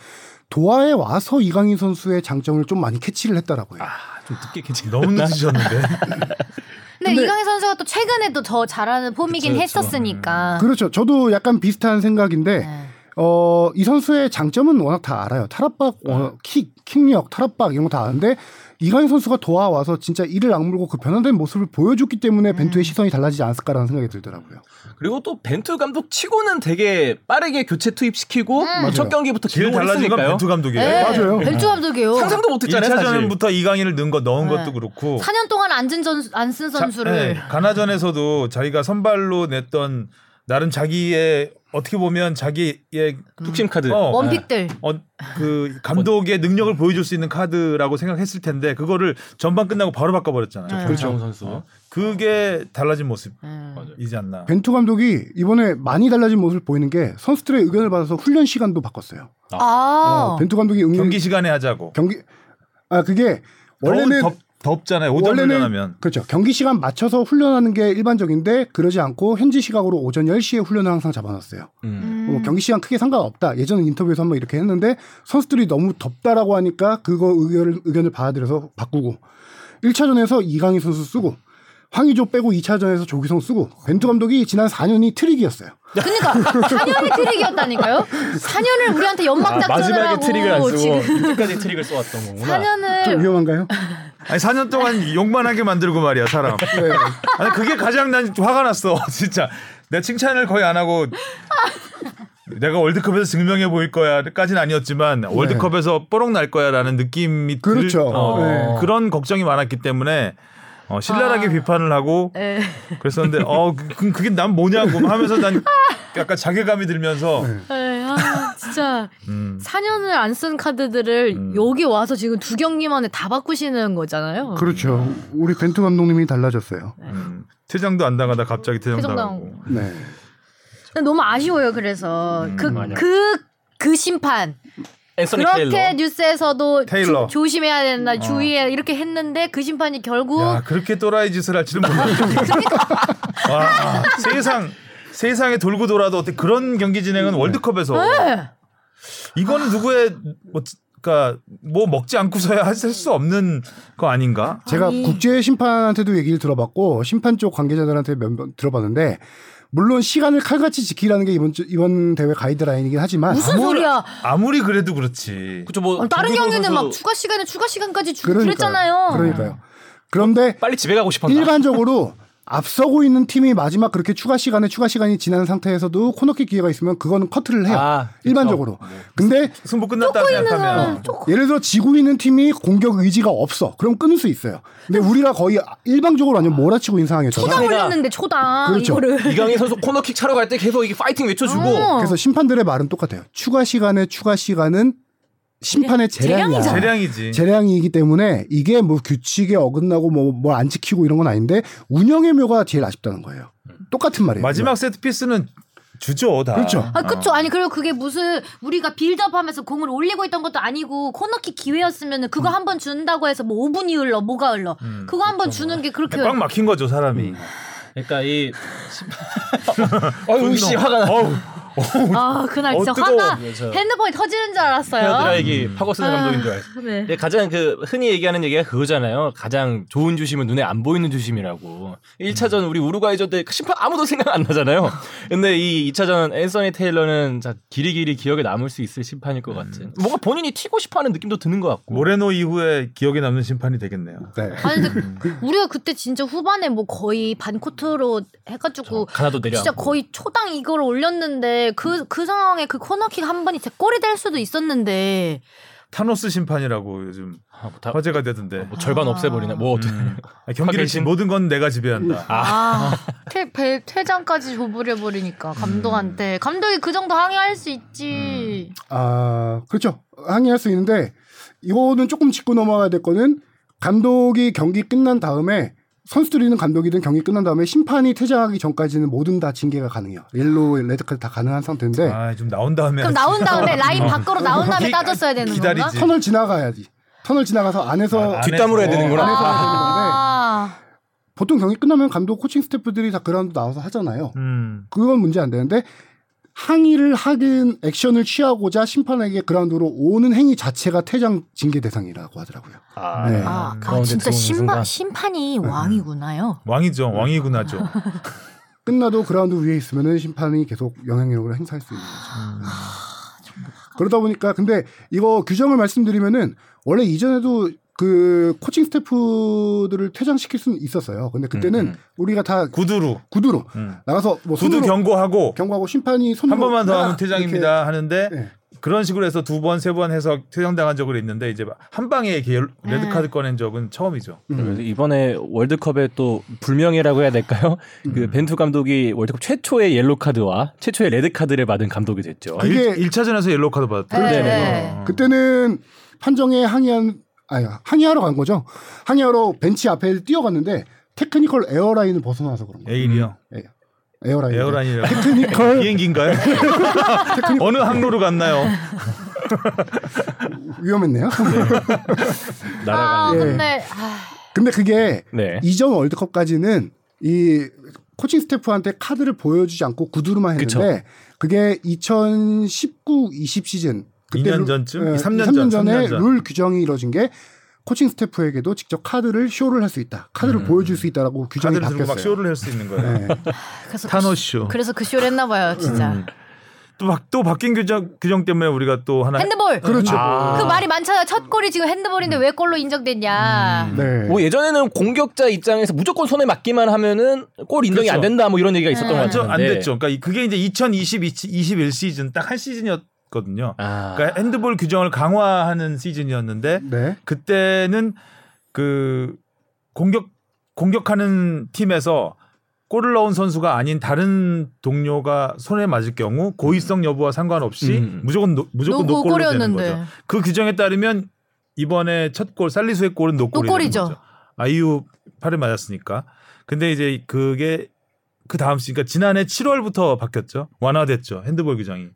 Speaker 4: 도하에 와서 이강인 선수의 장점을 좀 많이 캐치를 했다라고 해요.
Speaker 2: 아,
Speaker 3: 좀 늦게 괜찮.
Speaker 2: 너무 늦으셨는데.
Speaker 5: 근데, 이강인 선수가 또 최근에 또 더 잘하는 폼이긴
Speaker 3: 그쵸, 음. 그쵸.
Speaker 5: 했었으니까
Speaker 4: 그렇죠. 저도 약간 비슷한 생각인데
Speaker 5: 아. 네.
Speaker 4: 어, 이 선수의 장점은 워낙 다 알아요. 탈압박, 어, 킥, 킥력, 탈압박 이런 거 다 아는데 이강인 선수가 도와와서 진짜 이를 악물고 그 변화된 모습을 보여줬기 때문에 벤투의 시선이 달라지지 않았을까라는 생각이 들더라고요.
Speaker 3: 그리고 또 벤투 감독 치고는 되게 빠르게 교체 투입시키고 뭐첫
Speaker 4: 맞아요.
Speaker 3: 경기부터
Speaker 2: 질
Speaker 3: 기록을
Speaker 2: 음. 달라진 건
Speaker 3: 했으니까요.
Speaker 2: 벤투 감독이에요.
Speaker 5: 네,
Speaker 4: 맞아요.
Speaker 5: 벤투 감독이에요.
Speaker 3: 상상도 못했잖아요. 사실.
Speaker 2: 1차전부터 이강인을 넣은 거 넣은
Speaker 5: 네.
Speaker 2: 것도 그렇고
Speaker 5: 4년 동안 안쓴 선수, 안쓴
Speaker 2: 자-
Speaker 5: 선수를
Speaker 2: 네, 가나전에서도 자기가 선발로 냈던 나름 자기의 어떻게 보면 자기의
Speaker 5: 음.
Speaker 3: 툭심 카드.
Speaker 2: 어,
Speaker 5: 원픽들
Speaker 2: 어, 그 감독의 능력을 보여줄 수 있는 카드라고 생각했을 텐데 그거를 전반 끝나고 바로
Speaker 5: 네.
Speaker 2: 바꿔버렸잖아요.
Speaker 3: 그렇죠. 선수.
Speaker 2: 그게 달라진 모습이지
Speaker 3: 네.
Speaker 5: 음.
Speaker 2: 않나.
Speaker 4: 벤투 감독이 이번에 많이 달라진 모습을 보이는 게 선수들의 의견을 받아서 훈련 시간도 바꿨어요.
Speaker 5: 아
Speaker 4: 어, 벤투 감독이 응용
Speaker 2: 경기 시간에 하자고.
Speaker 4: 경기 아 그게 원래는
Speaker 2: 더우- 덥, 잖아요 5점 훈련하면
Speaker 4: 그렇죠. 경기 시간 맞춰서 훈련하는 게 일반적인데 그러지 않고 현지 시각으로 오전 10시에 훈련을 항상 잡아놨어요. 뭐 경기 시간 크게 상관없다. 예전 인터뷰에서 한번 이렇게 했는데 선수들이 너무 덥다라고 하니까 그거 의견을, 의견을 받아들여서 바꾸고 1차전에서 이강인 선수 쓰고 황의조 빼고 2차전에서 조기성 쓰고 벤투 감독이 지난 4년이 트릭이었어요.
Speaker 5: 그러니까 4년이 트릭이었다니까요. 4년을 우리한테 연막
Speaker 3: 아,
Speaker 5: 작전을
Speaker 3: 마지막에
Speaker 5: 하고
Speaker 3: 트릭을 안 쓰고 아,
Speaker 5: 지금
Speaker 3: 이때까지 트릭을 써왔던 거구나.
Speaker 5: 4년을
Speaker 4: 좀 위험한가요?
Speaker 2: 아니 4년 동안 욕만 하게 만들고 말이야 사람.
Speaker 4: 네.
Speaker 2: 아니 그게 가장 난 화가 났어 진짜. 내가 칭찬을 거의 안 하고 내가 월드컵에서 증명해 보일 거야까지는 아니었지만 월드컵에서 뽀록 날 거야라는 느낌이 들-
Speaker 4: 네. 그렇죠.
Speaker 2: 어,
Speaker 4: 네.
Speaker 2: 그런 걱정이 많았기 때문에 어, 신랄하게 비판을 하고
Speaker 5: 예.
Speaker 2: 그랬었는데 어 그, 그게 난 뭐냐고 하면서 난 약간 자괴감이 들면서
Speaker 4: 네.
Speaker 5: 예, 아, 진짜
Speaker 2: 음.
Speaker 5: 4년을 안 쓴 카드들을
Speaker 3: 음.
Speaker 5: 여기 와서 지금 두 경기 만에 다 바꾸시는 거잖아요.
Speaker 4: 그렇죠. 우리 벤투 감독님이 달라졌어요.
Speaker 2: 음, 퇴장도 안 당하다 갑자기 퇴장
Speaker 5: 퇴장
Speaker 2: 당하고
Speaker 4: 네.
Speaker 3: 그렇죠.
Speaker 5: 근데 너무 아쉬워요. 그래서
Speaker 3: 음,
Speaker 5: 그 그 그 심판
Speaker 3: 앤서니
Speaker 5: 그렇게
Speaker 3: 테일러.
Speaker 5: 뉴스에서도
Speaker 2: 테일러.
Speaker 5: 주- 조심해야 된다, 주의해 이렇게 했는데 그 심판이 결국
Speaker 2: 야 그렇게 또라이 짓을 할지는 몰랐죠 와 세상 세상에 돌고 돌아도 어때 그런 경기 진행은 월드컵에서
Speaker 5: 네.
Speaker 2: 이거는 누구의 뭐 그니까 뭐 먹지 않고서야 할 수 없는 거 아닌가
Speaker 4: 제가 국제 심판한테도 얘기를 들어봤고 심판 쪽 관계자들한테 몇 번 들어봤는데 물론 시간을 칼같이 지키라는 게 이번 주- 이번 대회 가이드라인이긴 하지만
Speaker 5: 무슨 소리야?
Speaker 2: 아무리 그래도 그렇지
Speaker 3: 그쵸, 뭐
Speaker 5: 아니, 어, 다른
Speaker 3: 조규성
Speaker 5: 경기는
Speaker 3: 선수
Speaker 5: 막 추가 시간에 추가 시간까지 주,
Speaker 4: 그러니까요.
Speaker 5: 그랬잖아요. 어,
Speaker 4: 그러니까요. 그런데
Speaker 3: 빨리 집에 가고 싶었나.
Speaker 4: 일반적으로 앞서고 있는 팀이 마지막 그렇게 추가 시간에 추가 시간이 지난 상태에서도 코너킥 기회가 있으면 그거는 커트를 해요.
Speaker 3: 아, 그쵸.
Speaker 4: 일반적으로. 근데
Speaker 2: 승부 끝났다 생각하면
Speaker 4: 예를 들어 지고 있는 팀이 공격 의지가 없어. 그럼 끊을 수 있어요. 근데 우리가 거의 일방적으로 완전 몰아치고 있는 상황이었잖아요.
Speaker 5: 초당 올렸는데 초당
Speaker 4: 그렇죠.
Speaker 5: 이거를
Speaker 3: 이강인 선수 코너킥 차러 갈 때 계속 이게 파이팅 외쳐주고.
Speaker 5: 어.
Speaker 4: 그래서 심판들의 말은 똑같아요. 추가 시간의 추가 시간은 심판의 네. 재량이야.
Speaker 5: 재량이잖아.
Speaker 2: 재량이지
Speaker 4: 이기 때문에 이게 뭐 규칙에 어긋나고 뭐 뭘 안 지키고 이런 건 아닌데 운영의 묘가 제일 아쉽다는 거예요. 똑같은 말이에요.
Speaker 3: 네.
Speaker 2: 마지막 세트 피스는 주죠 다
Speaker 4: 그렇죠.
Speaker 5: 아 그쵸 아니 그리고 그게 무슨 우리가 빌드업하면서 공을 올리고 있던 것도 아니고 코너킥 기회였으면 그거 한 번 준다고 해서 뭐 5분이 흘러 뭐가 흘러 그거 한 번 주는 게 그렇게
Speaker 2: 꽉 막힌 거죠 사람이.
Speaker 3: 그러니까 이 아유 음, 씨 화가 나.
Speaker 5: 아 그날 진짜
Speaker 2: 어, 뜨거워.
Speaker 5: 화나
Speaker 3: 예, 저-
Speaker 5: 핸드폰이 터지는 줄 알았어요.
Speaker 3: 헤어드라이기 파고 쓰는 감독인 줄 알았어.
Speaker 5: 네.
Speaker 3: 근데 가장 그 흔히 얘기하는 얘기가 그거잖아요. 가장 좋은 주심은 눈에 안 보이는 주심이라고. 1차전 우리 우루과이전 때 심판 아무도 생각 안 나잖아요. 근데 이 2차전 앤서니 테일러는 자, 길이길이 기억에 남을 수 있을 심판일 것 같은.
Speaker 5: 음.
Speaker 3: 뭔가 본인이 튀고 싶어하는 느낌도 드는 것 같고.
Speaker 2: 모레노 이후에 기억에 남는 심판이 되겠네요.
Speaker 4: 네.
Speaker 5: 아니 근데 우리가 그때 진짜 후반에 뭐 거의 반 코트로 해가지고
Speaker 3: 가나도 내려.
Speaker 5: 뭐 진짜 거의 초당 이걸 올렸는데 그 그 상황에 그 코너킥 한 번이 제 골이 될 수도 있었는데
Speaker 2: 타노스 심판이라고 요즘
Speaker 3: 아, 뭐 다,
Speaker 2: 화제가 되던데.
Speaker 3: 뭐 절반 없애버리나. 뭐 어떻게.
Speaker 5: 음.
Speaker 2: 아, 경기를
Speaker 3: 화개신?
Speaker 2: 모든 건 내가 지배한다.
Speaker 5: 아, 퇴, 배, 퇴장까지 조부려 버리니까 감독한테 감독이 그 정도 항의할 수 있지.
Speaker 4: 아 그렇죠. 항의할 수 있는데 이거는 조금 짚고 넘어가야 될 거는 감독이 경기 끝난 다음에 선수들이든 감독이든 경기 끝난 다음에 심판이 퇴장하기 전까지는 모든 다 징계가 가능해요. 옐로우, 레드카드 다 가능한 상태인데
Speaker 2: 아 좀 나온 다음에.
Speaker 5: 그럼 나온 다음에 라인 밖으로 나온 다음에
Speaker 2: 기-
Speaker 5: 따졌어야 되는 건가?
Speaker 2: 기다리지.
Speaker 4: 터널 지나가야지. 터널 지나가서 안에서
Speaker 2: 아,
Speaker 3: 뒷담으로 해야
Speaker 2: 안에서.
Speaker 3: 되는구나.
Speaker 4: 안에서 해야 되는 건데
Speaker 5: 아,
Speaker 4: 보통 경기 끝나면 감독 코칭 스태프들이 다 그라운드 나와서 하잖아요.
Speaker 2: 음.
Speaker 4: 그건 문제 안 되는데 항의를 하긴 액션을 취하고자 심판에게 그라운드로 오는 행위 자체가 퇴장 징계 대상이라고 하더라고요.
Speaker 3: 아,
Speaker 4: 네.
Speaker 2: 음.
Speaker 5: 아, 아
Speaker 3: 그런
Speaker 5: 진짜
Speaker 3: 데트로는
Speaker 5: 심판
Speaker 3: 순간. 음.
Speaker 5: 심판이 왕이구나요.
Speaker 2: 왕이죠. 왕이구나죠.
Speaker 4: 끝나도 그라운드 위에 있으면은 심판이 계속 영향력을 행사할 수 있는
Speaker 2: 아,
Speaker 4: 거죠.
Speaker 5: 아.
Speaker 2: 음.
Speaker 4: 그러다 보니까 근데 이거 규정을 말씀드리면은 원래 이전에도 그 코칭 스태프들을 퇴장시킬 수는 있었어요. 근데 그때는
Speaker 3: 음, 음.
Speaker 4: 우리가 다
Speaker 2: 구두로
Speaker 4: 구두로
Speaker 2: 음.
Speaker 4: 나가서 뭐
Speaker 2: 구두
Speaker 4: 손으로
Speaker 2: 경고하고
Speaker 4: 경고하고 심판이 손으로
Speaker 2: 한 번만 더
Speaker 4: 막
Speaker 2: 하면 퇴장입니다 하는데
Speaker 4: 이렇게, 예.
Speaker 2: 그런 식으로 해서 두 번 세 번 해서 퇴장당한 적은 있는데 이제 한 방에 이렇게 열-
Speaker 5: 네.
Speaker 2: 레드 카드 꺼낸 적은 처음이죠.
Speaker 3: 그래서 이번에 월드컵에 또 불명예라고 해야 될까요?
Speaker 5: 음.
Speaker 3: 그 벤투 감독이 월드컵 최초의 옐로 카드와 최초의 레드 카드를 받은 감독이 됐죠.
Speaker 2: 아,
Speaker 4: 그게-
Speaker 2: 일 1차전에서 옐로 카드 어. 받았대.
Speaker 5: 네,
Speaker 2: 요
Speaker 5: 네.
Speaker 4: 그때는 판정에 항의한 아니 항의하러 간 거죠. 항의하러 벤치 앞에 뛰어갔는데 테크니컬 에어라인을 벗어나서 그런 거예요.
Speaker 2: 에일이요.
Speaker 4: 에어라인.
Speaker 2: 네. 에어라인이라고.
Speaker 4: 예, 테크니컬
Speaker 2: 비행기인가요? 어느 항로로 갔나요?
Speaker 4: 위험했네요.
Speaker 5: 아,
Speaker 3: 날아가는.
Speaker 5: 근데 아,
Speaker 4: 근데 그게
Speaker 3: 네.
Speaker 4: 이전 월드컵까지는 이 코칭 스태프한테 카드를 보여주지 않고 구두로만 했는데 그게 2019, 20 시즌
Speaker 2: 이년
Speaker 4: 룰-
Speaker 2: 전쯤?
Speaker 4: 예,
Speaker 2: 삼년
Speaker 4: 삼
Speaker 2: 전,
Speaker 4: 년 전에
Speaker 2: 삼년 전.
Speaker 4: 룰 규정이 이루어진 게 코칭 스태프에게도 직접 카드를 쇼를 할 수 있다, 카드를 보여줄 수 있다라고 규정이
Speaker 2: 음. 카드를 들고 막
Speaker 4: 그 바뀌었어요.
Speaker 2: 쇼를 할 수 있는 거예요.
Speaker 4: 예.
Speaker 5: 그래서
Speaker 2: 타노
Speaker 5: 그,
Speaker 2: 쇼.
Speaker 5: 그래서 그 쇼를 했나 봐요, 진짜.
Speaker 2: 또, 바, 또 바뀐 규정, 규정 때문에 우리가 또 하나
Speaker 5: 핸드볼.
Speaker 2: 아,
Speaker 4: 그렇죠.
Speaker 5: 그 말이 많잖아요. 첫 골이 지금 핸드볼인데 왜 골로 인정됐냐.
Speaker 2: 음.
Speaker 4: 네.
Speaker 3: 뭐 예전에는 공격자 입장에서 무조건 손에 맞기만 하면은 골 인정이
Speaker 2: 그렇죠.
Speaker 3: 안 된다 뭐 이런 얘기가 있었던 것
Speaker 2: 완전
Speaker 3: 같은데
Speaker 2: 안 됐죠. 그러니까 이- 그게 이제 2020, 21 시즌 딱 한 시즌이었거든요.
Speaker 3: 아.
Speaker 2: 그러니까 핸드볼 규정을 강화하는 시즌이었는데
Speaker 4: 네.
Speaker 2: 그때는 그 공격 공격하는 팀에서 골을 넣은 선수가 아닌 다른 동료가 손에 맞을 경우
Speaker 4: 음.
Speaker 2: 고의성 여부와 상관없이
Speaker 3: 음.
Speaker 2: 무조건 노, 무조건
Speaker 5: 노-
Speaker 2: 노골로 되는
Speaker 5: 노골이었는데.
Speaker 2: 거죠. 그 규정에 따르면 이번에 첫 골 살리수의 골은 노골이
Speaker 5: 노골이죠.
Speaker 2: 되는 거죠. 아이유 팔을 맞았으니까. 근데 이제 그게 그 다음 시그니까 지난해 7월부터 바뀌었죠. 완화됐죠. 핸드볼 규정이.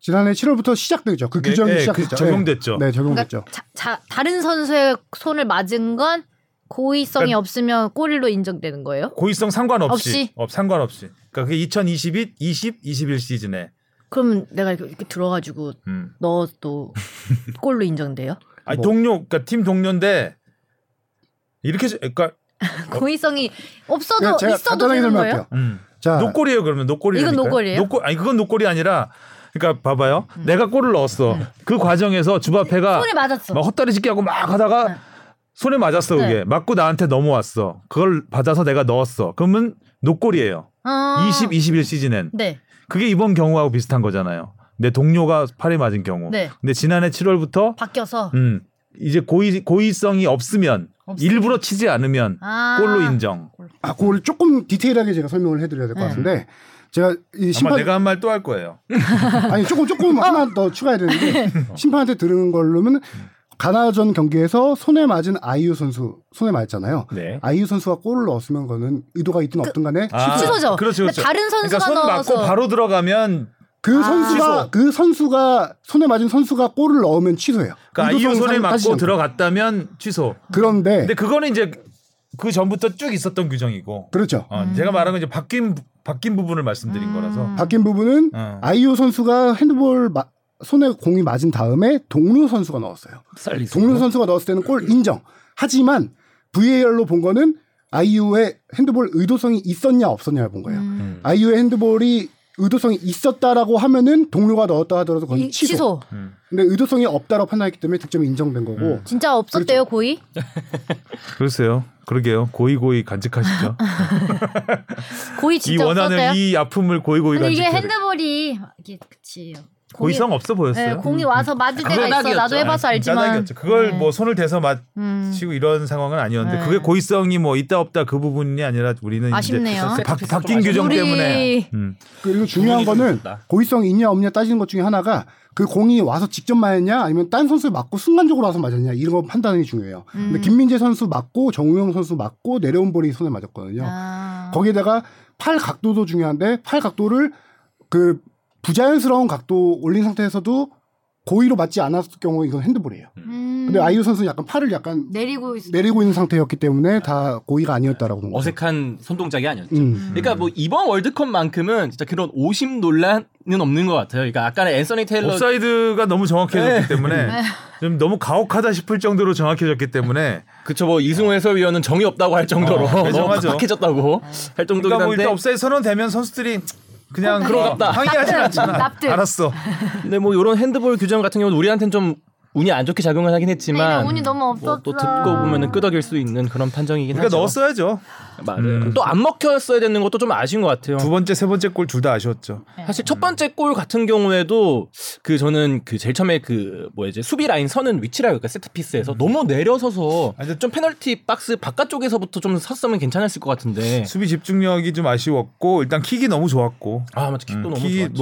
Speaker 4: 지난해 7월부터 시작되죠. 그 규정이
Speaker 2: 예, 예, 그
Speaker 4: 시작됐죠.
Speaker 2: 적용됐죠.
Speaker 4: 예. 네, 적용됐죠.
Speaker 5: 그러니까 자, 자, 다른 선수의 손을 맞은 건 고의성이
Speaker 2: 그러니까-
Speaker 5: 없으면 골로 인정되는 거예요?
Speaker 2: 고의성 상관없이
Speaker 5: 없이?
Speaker 2: 어, 상관없이 그러니까 그게 2022, 20, 21 시즌에
Speaker 5: 그럼 내가 이렇게, 이렇게 들어가지고
Speaker 2: 음.
Speaker 5: 너 또 골로 인정돼요?
Speaker 2: 아니
Speaker 4: 뭐.
Speaker 2: 동료 그러니까 팀 동료인데 이렇게 해서- 그러니까
Speaker 5: 고의성이 없어도
Speaker 4: 그냥 네, 제가
Speaker 5: 그러니까 있어도
Speaker 4: 간단하게
Speaker 5: 되는 거예요?
Speaker 4: 설명할게요.
Speaker 2: 음.
Speaker 4: 자,
Speaker 2: 노골이에요 그러면 노골이
Speaker 5: 이건 노골이에요? 음.
Speaker 2: 노골 아니 그건 노골이 아니라 그러니까 봐봐요 내가 골을 넣었어 그 과정에서 주바페가
Speaker 5: 손에 맞았어.
Speaker 2: 막 헛다리 짓기 하고 막 하다가 손에 맞았어
Speaker 5: 네.
Speaker 2: 그게 맞고 나한테 넘어왔어 그걸 받아서 내가 넣었어 그러면 노골이에요
Speaker 5: 아.
Speaker 2: 20, 21 시즌엔
Speaker 5: 네.
Speaker 2: 그게 이번 경우하고 비슷한 거잖아요 내 동료가 팔에 맞은 경우
Speaker 5: 네.
Speaker 2: 근데 지난해 7월부터
Speaker 5: 바뀌어서
Speaker 2: 음. 이제 고의 고의성이 없으면
Speaker 5: 없으면.
Speaker 2: 일부러 치지 않으면
Speaker 5: 아.
Speaker 2: 골로 인정.
Speaker 4: 아, 그걸 조금 디테일하게 제가 설명을 해드려야 될 것
Speaker 5: 네.
Speaker 4: 같은데 제가 이
Speaker 2: 아마
Speaker 4: 심판
Speaker 2: 내가 한 말 또 할 거예요.
Speaker 4: 아니 조금 조금
Speaker 5: 어.
Speaker 4: 하나 더 추가해야 되는데 심판한테 들은 걸로면 가나전 경기에서 손에 맞은 아이유 선수 손에 맞았잖아요.
Speaker 3: 네.
Speaker 4: 아이유 선수가 골을 넣었으면 그거는 의도가 있든 없든 간에
Speaker 2: 아,
Speaker 5: 취소죠.
Speaker 2: 그렇죠, 그렇죠.
Speaker 5: 근데 다른 선수가
Speaker 2: 그러니까 손
Speaker 5: 넣어서
Speaker 2: 맞고 바로 들어가면
Speaker 4: 그
Speaker 5: 아.
Speaker 4: 선수가
Speaker 2: 취소.
Speaker 4: 그 선수가 손에 맞은 선수가 골을 넣으면 취소해요.
Speaker 2: 그러니까 아이유
Speaker 4: 의도성상
Speaker 2: 손에
Speaker 4: 따지지
Speaker 2: 맞고
Speaker 4: 않고.
Speaker 2: 들어갔다면 취소.
Speaker 4: 그런데
Speaker 2: 근데 그거는 이제 그 전부터 쭉 있었던 규정이고.
Speaker 4: 그렇죠.
Speaker 2: 어,
Speaker 5: 음.
Speaker 2: 제가 말한 건 이제 바뀐 부- 바뀐 부분을 말씀드린 거라서.
Speaker 4: 바뀐 부분은
Speaker 2: 어.
Speaker 4: 아이유 선수가 핸드볼 마- 손에 공이 맞은 다음에 동료 선수가 넣었어요.
Speaker 3: 살리스.
Speaker 4: 동료 선수가 넣었을 때는 골 인정. 하지만 VAR로 본 거는 아이유의 핸드볼 의도성이 있었냐 없었냐를 본 거예요.
Speaker 5: 음.
Speaker 2: 음.
Speaker 4: 아이유의 핸드볼이 의도성이 있었다라고 하면은 동료가 넣었다 하더라도 그건
Speaker 5: 이-
Speaker 4: 취소.
Speaker 5: 취소.
Speaker 2: 음.
Speaker 4: 근데 의도성이 없다라고 판단했기 때문에 득점이 인정된 거고.
Speaker 5: 진짜
Speaker 2: 그렇죠.
Speaker 5: 없었대요, 고의?
Speaker 2: 글쎄요. 그러게요. 고이 고이 간직하시죠.
Speaker 5: 고의
Speaker 2: 이
Speaker 5: 진짜 없었대요?
Speaker 2: 원하는 이 아픔을 고이 고이
Speaker 5: 근데 이게
Speaker 2: 간직해.
Speaker 5: 핸드볼이 이게 그치. 공이-
Speaker 2: 고의성 없어
Speaker 5: 네,
Speaker 2: 보였어요. 음.
Speaker 5: 공이 와서 맞을
Speaker 3: 음,
Speaker 5: 때가 있어. 나도 해봐서 알지만.
Speaker 2: 짜다기였죠. 그걸
Speaker 5: 네.
Speaker 2: 뭐 손을 대서 맞
Speaker 5: 음.
Speaker 2: 치고 이런 상황은 아니었는데
Speaker 5: 네.
Speaker 2: 그게 고의성이 뭐 있다 없다 그 부분이 아니라 우리는
Speaker 5: 아쉽네요.
Speaker 2: 이제 바, 바뀐 규정
Speaker 5: 우리-
Speaker 2: 때문에 음.
Speaker 4: 그리고 중요한
Speaker 3: 부분이 좀
Speaker 4: 거는
Speaker 3: 있다.
Speaker 4: 고의성이 있냐 없냐 따지는 것 중에 하나가 그 공이 와서 직접 맞았냐 아니면 딴 선수 맞고 순간적으로 와서 맞았냐 이런 거 판단이 중요해요.
Speaker 5: 음.
Speaker 4: 근데 김민재 선수 맞고 정우영 선수 맞고 내려온 볼이 손에 맞았거든요.
Speaker 5: 아.
Speaker 4: 거기에다가 팔 각도도 중요한데 팔 각도를 그 부자연스러운 각도 올린 상태에서도 고의로 맞지 않았을 경우 이건 핸드볼이에요.
Speaker 5: 음.
Speaker 4: 근데 아이유 선수는 약간 팔을 약간
Speaker 5: 내리고 있어.
Speaker 4: 내리고 있는 상태였기 때문에 다 고의가 아니었다라고 본 거죠.
Speaker 3: 어색한 손동작이 아니었죠.
Speaker 4: 음.
Speaker 3: 그러니까 뭐 이번 월드컵만큼은 진짜 그런 오심 논란은 없는 것 같아요. 그러니까 아까는 앤서니 테일러
Speaker 2: 옵사이드가 너무 정확해졌기 때문에
Speaker 5: 네.
Speaker 2: 좀 너무 가혹하다 싶을 정도로 정확해졌기 때문에
Speaker 3: 그쵸 뭐 이승호 해설위원은 정이 없다고 할 정도로
Speaker 2: 어,
Speaker 3: 너무
Speaker 2: 매정하죠.
Speaker 3: 팍팍해졌다고 할 정도긴
Speaker 2: 그러니까 뭐
Speaker 3: 한데
Speaker 2: 일단 옵사이드 선언되면 선수들이 그냥
Speaker 3: 그런갑다.
Speaker 2: 항의하진 않잖아.
Speaker 5: 납득.
Speaker 2: 알았어. 그러니까
Speaker 3: 근데 뭐 이런 핸드볼 규정 같은 경우는 우리한테는 좀 운이 안 좋게 작용을 하긴 했지만
Speaker 5: 네, 운이 너무
Speaker 3: 뭐
Speaker 5: 없었다.
Speaker 3: 또 듣고 보면은 끄덕일 수 있는 그런 판정이긴
Speaker 2: 그러니까
Speaker 3: 하죠.
Speaker 2: 넣었어야죠.
Speaker 3: 맞아요. 또 안 먹혔어야 되는 것도 좀 아쉬운 것 같아요.
Speaker 2: 두 번째, 세 번째 골 둘 다 아쉬웠죠.
Speaker 3: 사실 첫 번째 골 같은 경우에도 그 저는 그 제일 처음에 그 뭐지 수비 라인 서는 위치라고 그까 세트 피스에서 너무 내려서서
Speaker 2: 아, 근데
Speaker 3: 좀 페널티 박스 바깥쪽에서부터 좀 섰으면 괜찮았을 것 같은데
Speaker 2: 수비 집중력이 좀 아쉬웠고 일단 킥이 너무 좋았고
Speaker 3: 아 맞아 킥도
Speaker 2: 음,
Speaker 3: 너무
Speaker 2: 킥이
Speaker 3: 좋았죠.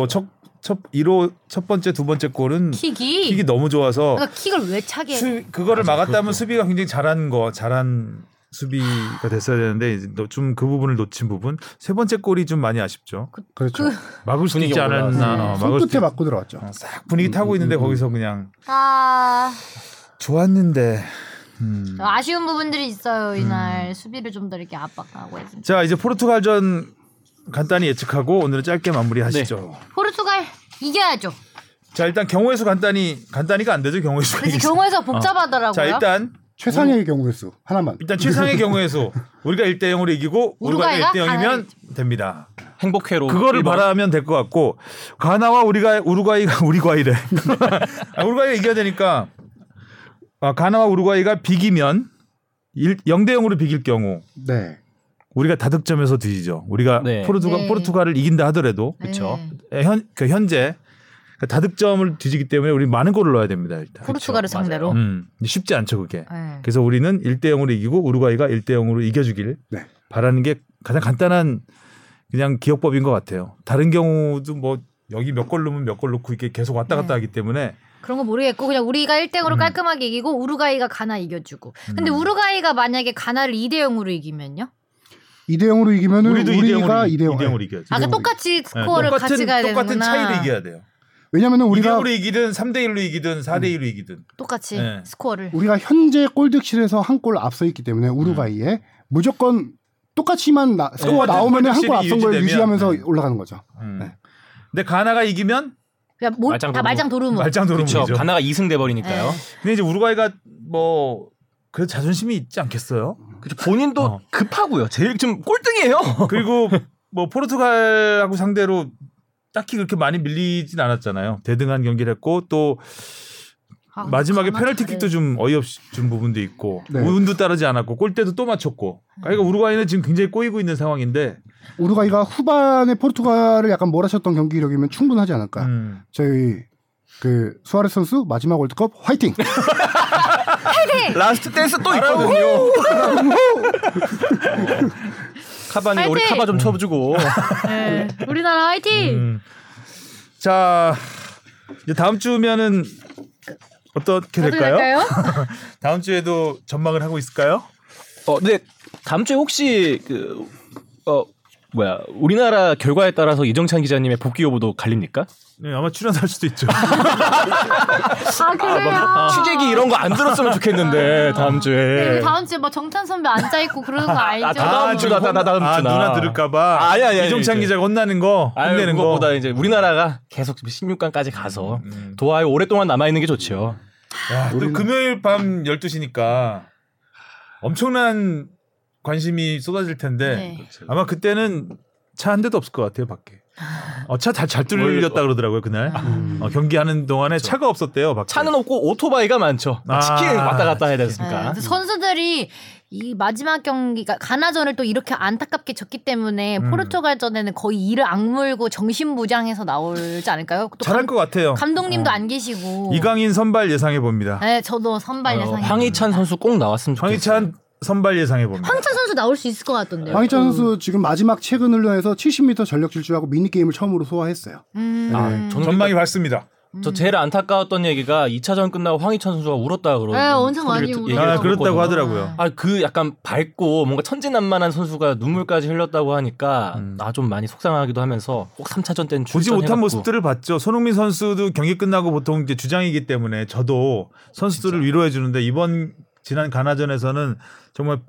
Speaker 2: 뭐첫첫 1호 첫 번째 두 번째 골은
Speaker 5: 킥이.
Speaker 2: 킥이 너무 좋아서
Speaker 5: 그러니까 킥을 왜 차게? 해?
Speaker 2: 수, 그거를 막았다면 수비가 굉장히 잘한 거 잘한 수비가 됐어야 되는데 좀 그 부분을 놓친 부분 세 번째 골이 좀 많이 아쉽죠.
Speaker 4: 그렇죠.
Speaker 2: 막을 수 있지
Speaker 3: 분위기가
Speaker 2: 않았나 어, 막을 수
Speaker 4: 손끝에
Speaker 2: 있-
Speaker 4: 맞고 들어왔죠.
Speaker 3: 아.
Speaker 2: 어, 싹 분위기 타고 있는데 거기서 그냥
Speaker 5: 아
Speaker 2: 좋았는데 음.
Speaker 5: 아쉬운 부분들이 있어요 이날 수비를 좀 더 이렇게 압박하고 해서.
Speaker 2: 자 이제 포르투갈전 간단히 예측하고 오늘은 짧게 마무리하시죠.
Speaker 5: 포르투갈 이겨야죠.
Speaker 2: 자 일단 경우의 수 간단히 간단히가 안 되죠 경우의 수가.
Speaker 5: 그래서
Speaker 2: 그러니까. 있어요.
Speaker 5: 경우에서 복잡하더라고요.
Speaker 2: 자 일단
Speaker 4: 최상의 경우의 수
Speaker 3: 음.
Speaker 4: 하나만.
Speaker 2: 일단 최상의 경우의 수 우리가 1대 0으로 이기고
Speaker 5: 우루과이가
Speaker 2: 우루과이가 1대 0이면
Speaker 5: 가나를
Speaker 2: 됩니다.
Speaker 3: 행복회로
Speaker 2: 그거를
Speaker 3: 일본.
Speaker 2: 바라면 될 것 같고 가나와 우리가 우루과이가 우리과이래. 아, 우루과이가 이겨야 되니까 아, 가나와 우루과이가 비기면 0대 0으로 비길 경우
Speaker 4: 네.
Speaker 2: 우리가 다득점에서 뒤지죠. 우리가
Speaker 3: 네.
Speaker 2: 포르투갈
Speaker 5: 네.
Speaker 2: 포르투갈을 이긴다 하더라도
Speaker 5: 그쵸.
Speaker 2: 에, 현, 그 현재 그 다득점을 뒤지기 때문에 우리 많은 골을 넣어야 됩니다. 일단.
Speaker 5: 포르투갈을
Speaker 3: 그쵸,
Speaker 5: 상대로.
Speaker 2: 음, 쉽지 않죠 그게.
Speaker 5: 네.
Speaker 2: 그래서 우리는 1대 0으로 이기고 우루과이가 1대 0으로 이겨주길
Speaker 4: 네.
Speaker 2: 바라는 게 가장 간단한 그냥 기억법인 것 같아요. 다른 경우도 뭐 여기 몇 골 넣으면 몇 골 넣고 이게 계속 왔다
Speaker 5: 네.
Speaker 2: 갔다 하기 때문에
Speaker 5: 그런 거 모르겠고 그냥 우리가 1대0으로
Speaker 2: 음.
Speaker 5: 깔끔하게 이기고 우루과이가 가나 이겨주고. 근데 우루과이가 만약에 가나를 2대0으로 이기면요?
Speaker 4: 2대 0으로 이기면은
Speaker 2: 우리도 2대 0으로
Speaker 4: 우리가 2대
Speaker 2: 2대
Speaker 4: 0으로
Speaker 2: 0으로 이겨야지.
Speaker 5: 아까 그
Speaker 4: 이대영으로
Speaker 5: 똑같이
Speaker 2: 네,
Speaker 5: 스코어를 같이 가야 되는구나.
Speaker 2: 똑같은 차이로 이겨야 돼요.
Speaker 4: 왜냐면은 우리가
Speaker 2: 2대 0으로 이기든 3대 1로 이기든 4대 1로 이기든.
Speaker 5: 똑같이
Speaker 2: 네.
Speaker 5: 스코어를.
Speaker 4: 우리가 현재 골득실에서 한 골 앞서 있기 때문에 우루과이에 무조건 똑같이만 나,
Speaker 2: 음.
Speaker 4: 스코어
Speaker 2: 네. 똑같은
Speaker 4: 나오면은 한 골
Speaker 2: 골득실이
Speaker 4: 앞선 걸
Speaker 2: 유지되면,
Speaker 4: 유지하면서
Speaker 2: 네.
Speaker 4: 올라가는 거죠.
Speaker 2: 음.
Speaker 4: 네.
Speaker 2: 근데 가나가 이기면
Speaker 5: 그냥 모-
Speaker 3: 말짱
Speaker 5: 다
Speaker 3: 도루묵.
Speaker 5: 말짱 도루묵.
Speaker 2: 말짱
Speaker 3: 그쵸
Speaker 2: 도루묵이죠.
Speaker 3: 가나가 2승
Speaker 5: 네.
Speaker 3: 돼버리니까요.
Speaker 2: 근데 이제 우루과이가 뭐 그래도 자존심이 있지 않겠어요?
Speaker 3: 그쵸, 본인도
Speaker 2: 어.
Speaker 3: 급하고요. 제일 좀 꼴등이에요.
Speaker 2: 그리고 뭐 포르투갈하고 상대로 딱히 그렇게 많이 밀리진 않았잖아요. 대등한 경기를 했고 또
Speaker 5: 아,
Speaker 2: 마지막에
Speaker 5: 가나
Speaker 2: 페널티킥도
Speaker 5: 잘해.
Speaker 2: 좀 어이없이 준 부분도 있고
Speaker 4: 네.
Speaker 2: 운도 따르지 않았고 골대도 또 맞췄고 그러니까 우루과이는 지금 굉장히 꼬이고 있는 상황인데
Speaker 4: 우루과이가 후반에 포르투갈을 약간 몰아쳤던 경기력이면 충분하지 않을까.
Speaker 2: 음.
Speaker 4: 저희 그 수아레스 선수 마지막 월드컵 화이팅.
Speaker 2: 네.
Speaker 3: 라스트 댄스 또 있거든요. 카바니 우리
Speaker 5: 파이팅!
Speaker 3: 카바 좀 쳐주고
Speaker 5: 네. 우리나라 화이팅!
Speaker 2: 음. 자 이제 다음 주면은 어떻게 될까요?
Speaker 5: 될까요?
Speaker 2: 다음 주에도 전망을 하고 있을까요?
Speaker 3: 어, 근데 다음 주에 혹시 그 어, 뭐야 우리나라 결과에 따라서 이정찬 기자님의 복귀 여부도 갈립니까?
Speaker 2: 네, 아마 출연할 수도 있죠.
Speaker 5: 아, 그래요?
Speaker 3: 취재기 이런 거 안 들었으면 좋겠는데 다음
Speaker 5: 네,
Speaker 3: 주에.
Speaker 5: 다음 주에 막 정찬 선배 앉아있고 그러는 거 알죠?
Speaker 3: 아, 다음 주다.
Speaker 2: 지금
Speaker 3: 나, 나, 나, 나,
Speaker 2: 아,
Speaker 3: 나.
Speaker 2: 누나 들을까봐.
Speaker 3: 아, 아니, 아니, 아니,
Speaker 2: 이종찬
Speaker 3: 이제.
Speaker 2: 기자가 혼나는 거,
Speaker 3: 아유,
Speaker 2: 혼내는 거.
Speaker 3: 그것보다 이제 우리나라가 계속 16강까지 가서
Speaker 5: 음,
Speaker 2: 음.
Speaker 3: 도하에 오랫동안 남아 있는 게 좋지요.
Speaker 2: 야, 또
Speaker 4: 우리는-
Speaker 2: 금요일 밤 12시니까 엄청난 관심이 쏟아질 텐데
Speaker 5: 네.
Speaker 2: 아마 그때는 차 한 대도 없을 것 같아요, 밖에. 어, 차 잘 잘 뚫렸다 그러더라고요, 그날. 어, 경기하는 동안에 차가 없었대요, 밖에.
Speaker 3: 차는 없고 오토바이가 많죠.
Speaker 2: 아,
Speaker 3: 치킨 왔다 갔다 해야
Speaker 5: 네,
Speaker 3: 되니까.
Speaker 5: 그래서 선수들이 이 마지막 경기가 가나전을 또 이렇게 안타깝게 졌기 때문에 포르투갈전에는 거의 이를 악물고 정신무장해서 나오지 않을까요? 또
Speaker 2: 잘할 것 같아요.
Speaker 5: 감, 독님도안 계시고.
Speaker 2: 이강인 선발 예상해 봅니다.
Speaker 5: 네, 저도 선발 예상.
Speaker 3: 어, 황희찬 선수 꼭 나왔으면 좋겠어요.
Speaker 2: 황희찬 선발 예상해 봅니다.
Speaker 5: 황찬 선수 나올 수 있을 것 같던데요.
Speaker 4: 황희찬
Speaker 2: 음.
Speaker 4: 선수 지금 마지막 최근 훈련에서 70m 전력 질주하고 미니 게임을 처음으로 소화했어요.
Speaker 5: 음.
Speaker 3: 아, 저는
Speaker 2: 전망이 밝습니다.
Speaker 3: 저 제일 안타까웠던 얘기가 2차전 끝나고 황희찬 선수가 울었다 그러고.
Speaker 5: 네, 엄청 많이 울었다고.
Speaker 2: 아, 그렇다고 하더라고요.
Speaker 3: 아, 그 약간 밝고 뭔가 천진난만한 선수가 눈물까지 흘렸다고 하니까
Speaker 2: 음.
Speaker 3: 나 좀 많이 속상하기도 하면서 꼭 3차전 때는
Speaker 2: 보지 못한
Speaker 3: 출전해갖고
Speaker 2: 모습들을 봤죠. 손흥민 선수도 경기 끝나고 보통 이제 주장이기 때문에 저도 선수들을 위로해 주는데 이번 지난 가나전에서는 정말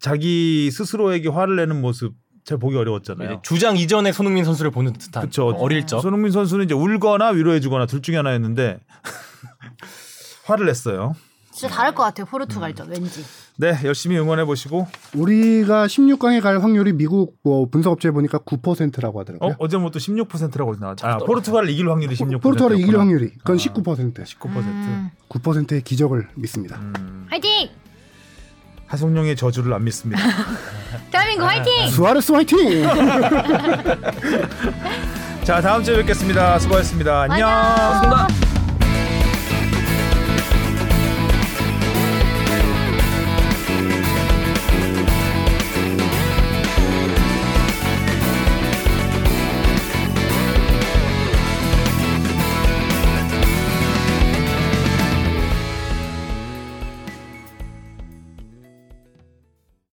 Speaker 2: 자기 스스로에게 화를 내는 모습 잘 보기
Speaker 3: 이제
Speaker 2: 어려웠잖아요.
Speaker 3: 주장 이전에 손흥민 선수를 보는 듯한
Speaker 2: 그쵸.
Speaker 3: 네. 어릴 적
Speaker 2: 손흥민 선수는 이제 울거나 위로해 주거나 둘 중에 하나였는데 화를 냈어요.
Speaker 5: 진짜 다를 것 같아요. 포르투갈전 왠지.
Speaker 2: 네, 열심히 응원해 보시고
Speaker 4: 우리가 16강에 갈 확률이 미국 뭐 분석업체에 보니까 9%라고 하더라고요.
Speaker 2: 어, 어제 뭐또 16%라고 나왔죠. 아, 포르투갈을 이길 확률이 16%.
Speaker 4: 네. 포르투갈을 이길 확률이 그건 19%
Speaker 2: 19%.
Speaker 5: 음.
Speaker 4: 9%의 기적을 믿습니다.
Speaker 5: 화이팅!
Speaker 2: 하성룡의 저주를 안 믿습니다.
Speaker 5: 대한민국 화이팅!
Speaker 4: 수아레스 화이팅!
Speaker 2: 자, 다음 주에 뵙겠습니다. 수고하셨습니다. 안녕.
Speaker 5: 안녕.
Speaker 3: 다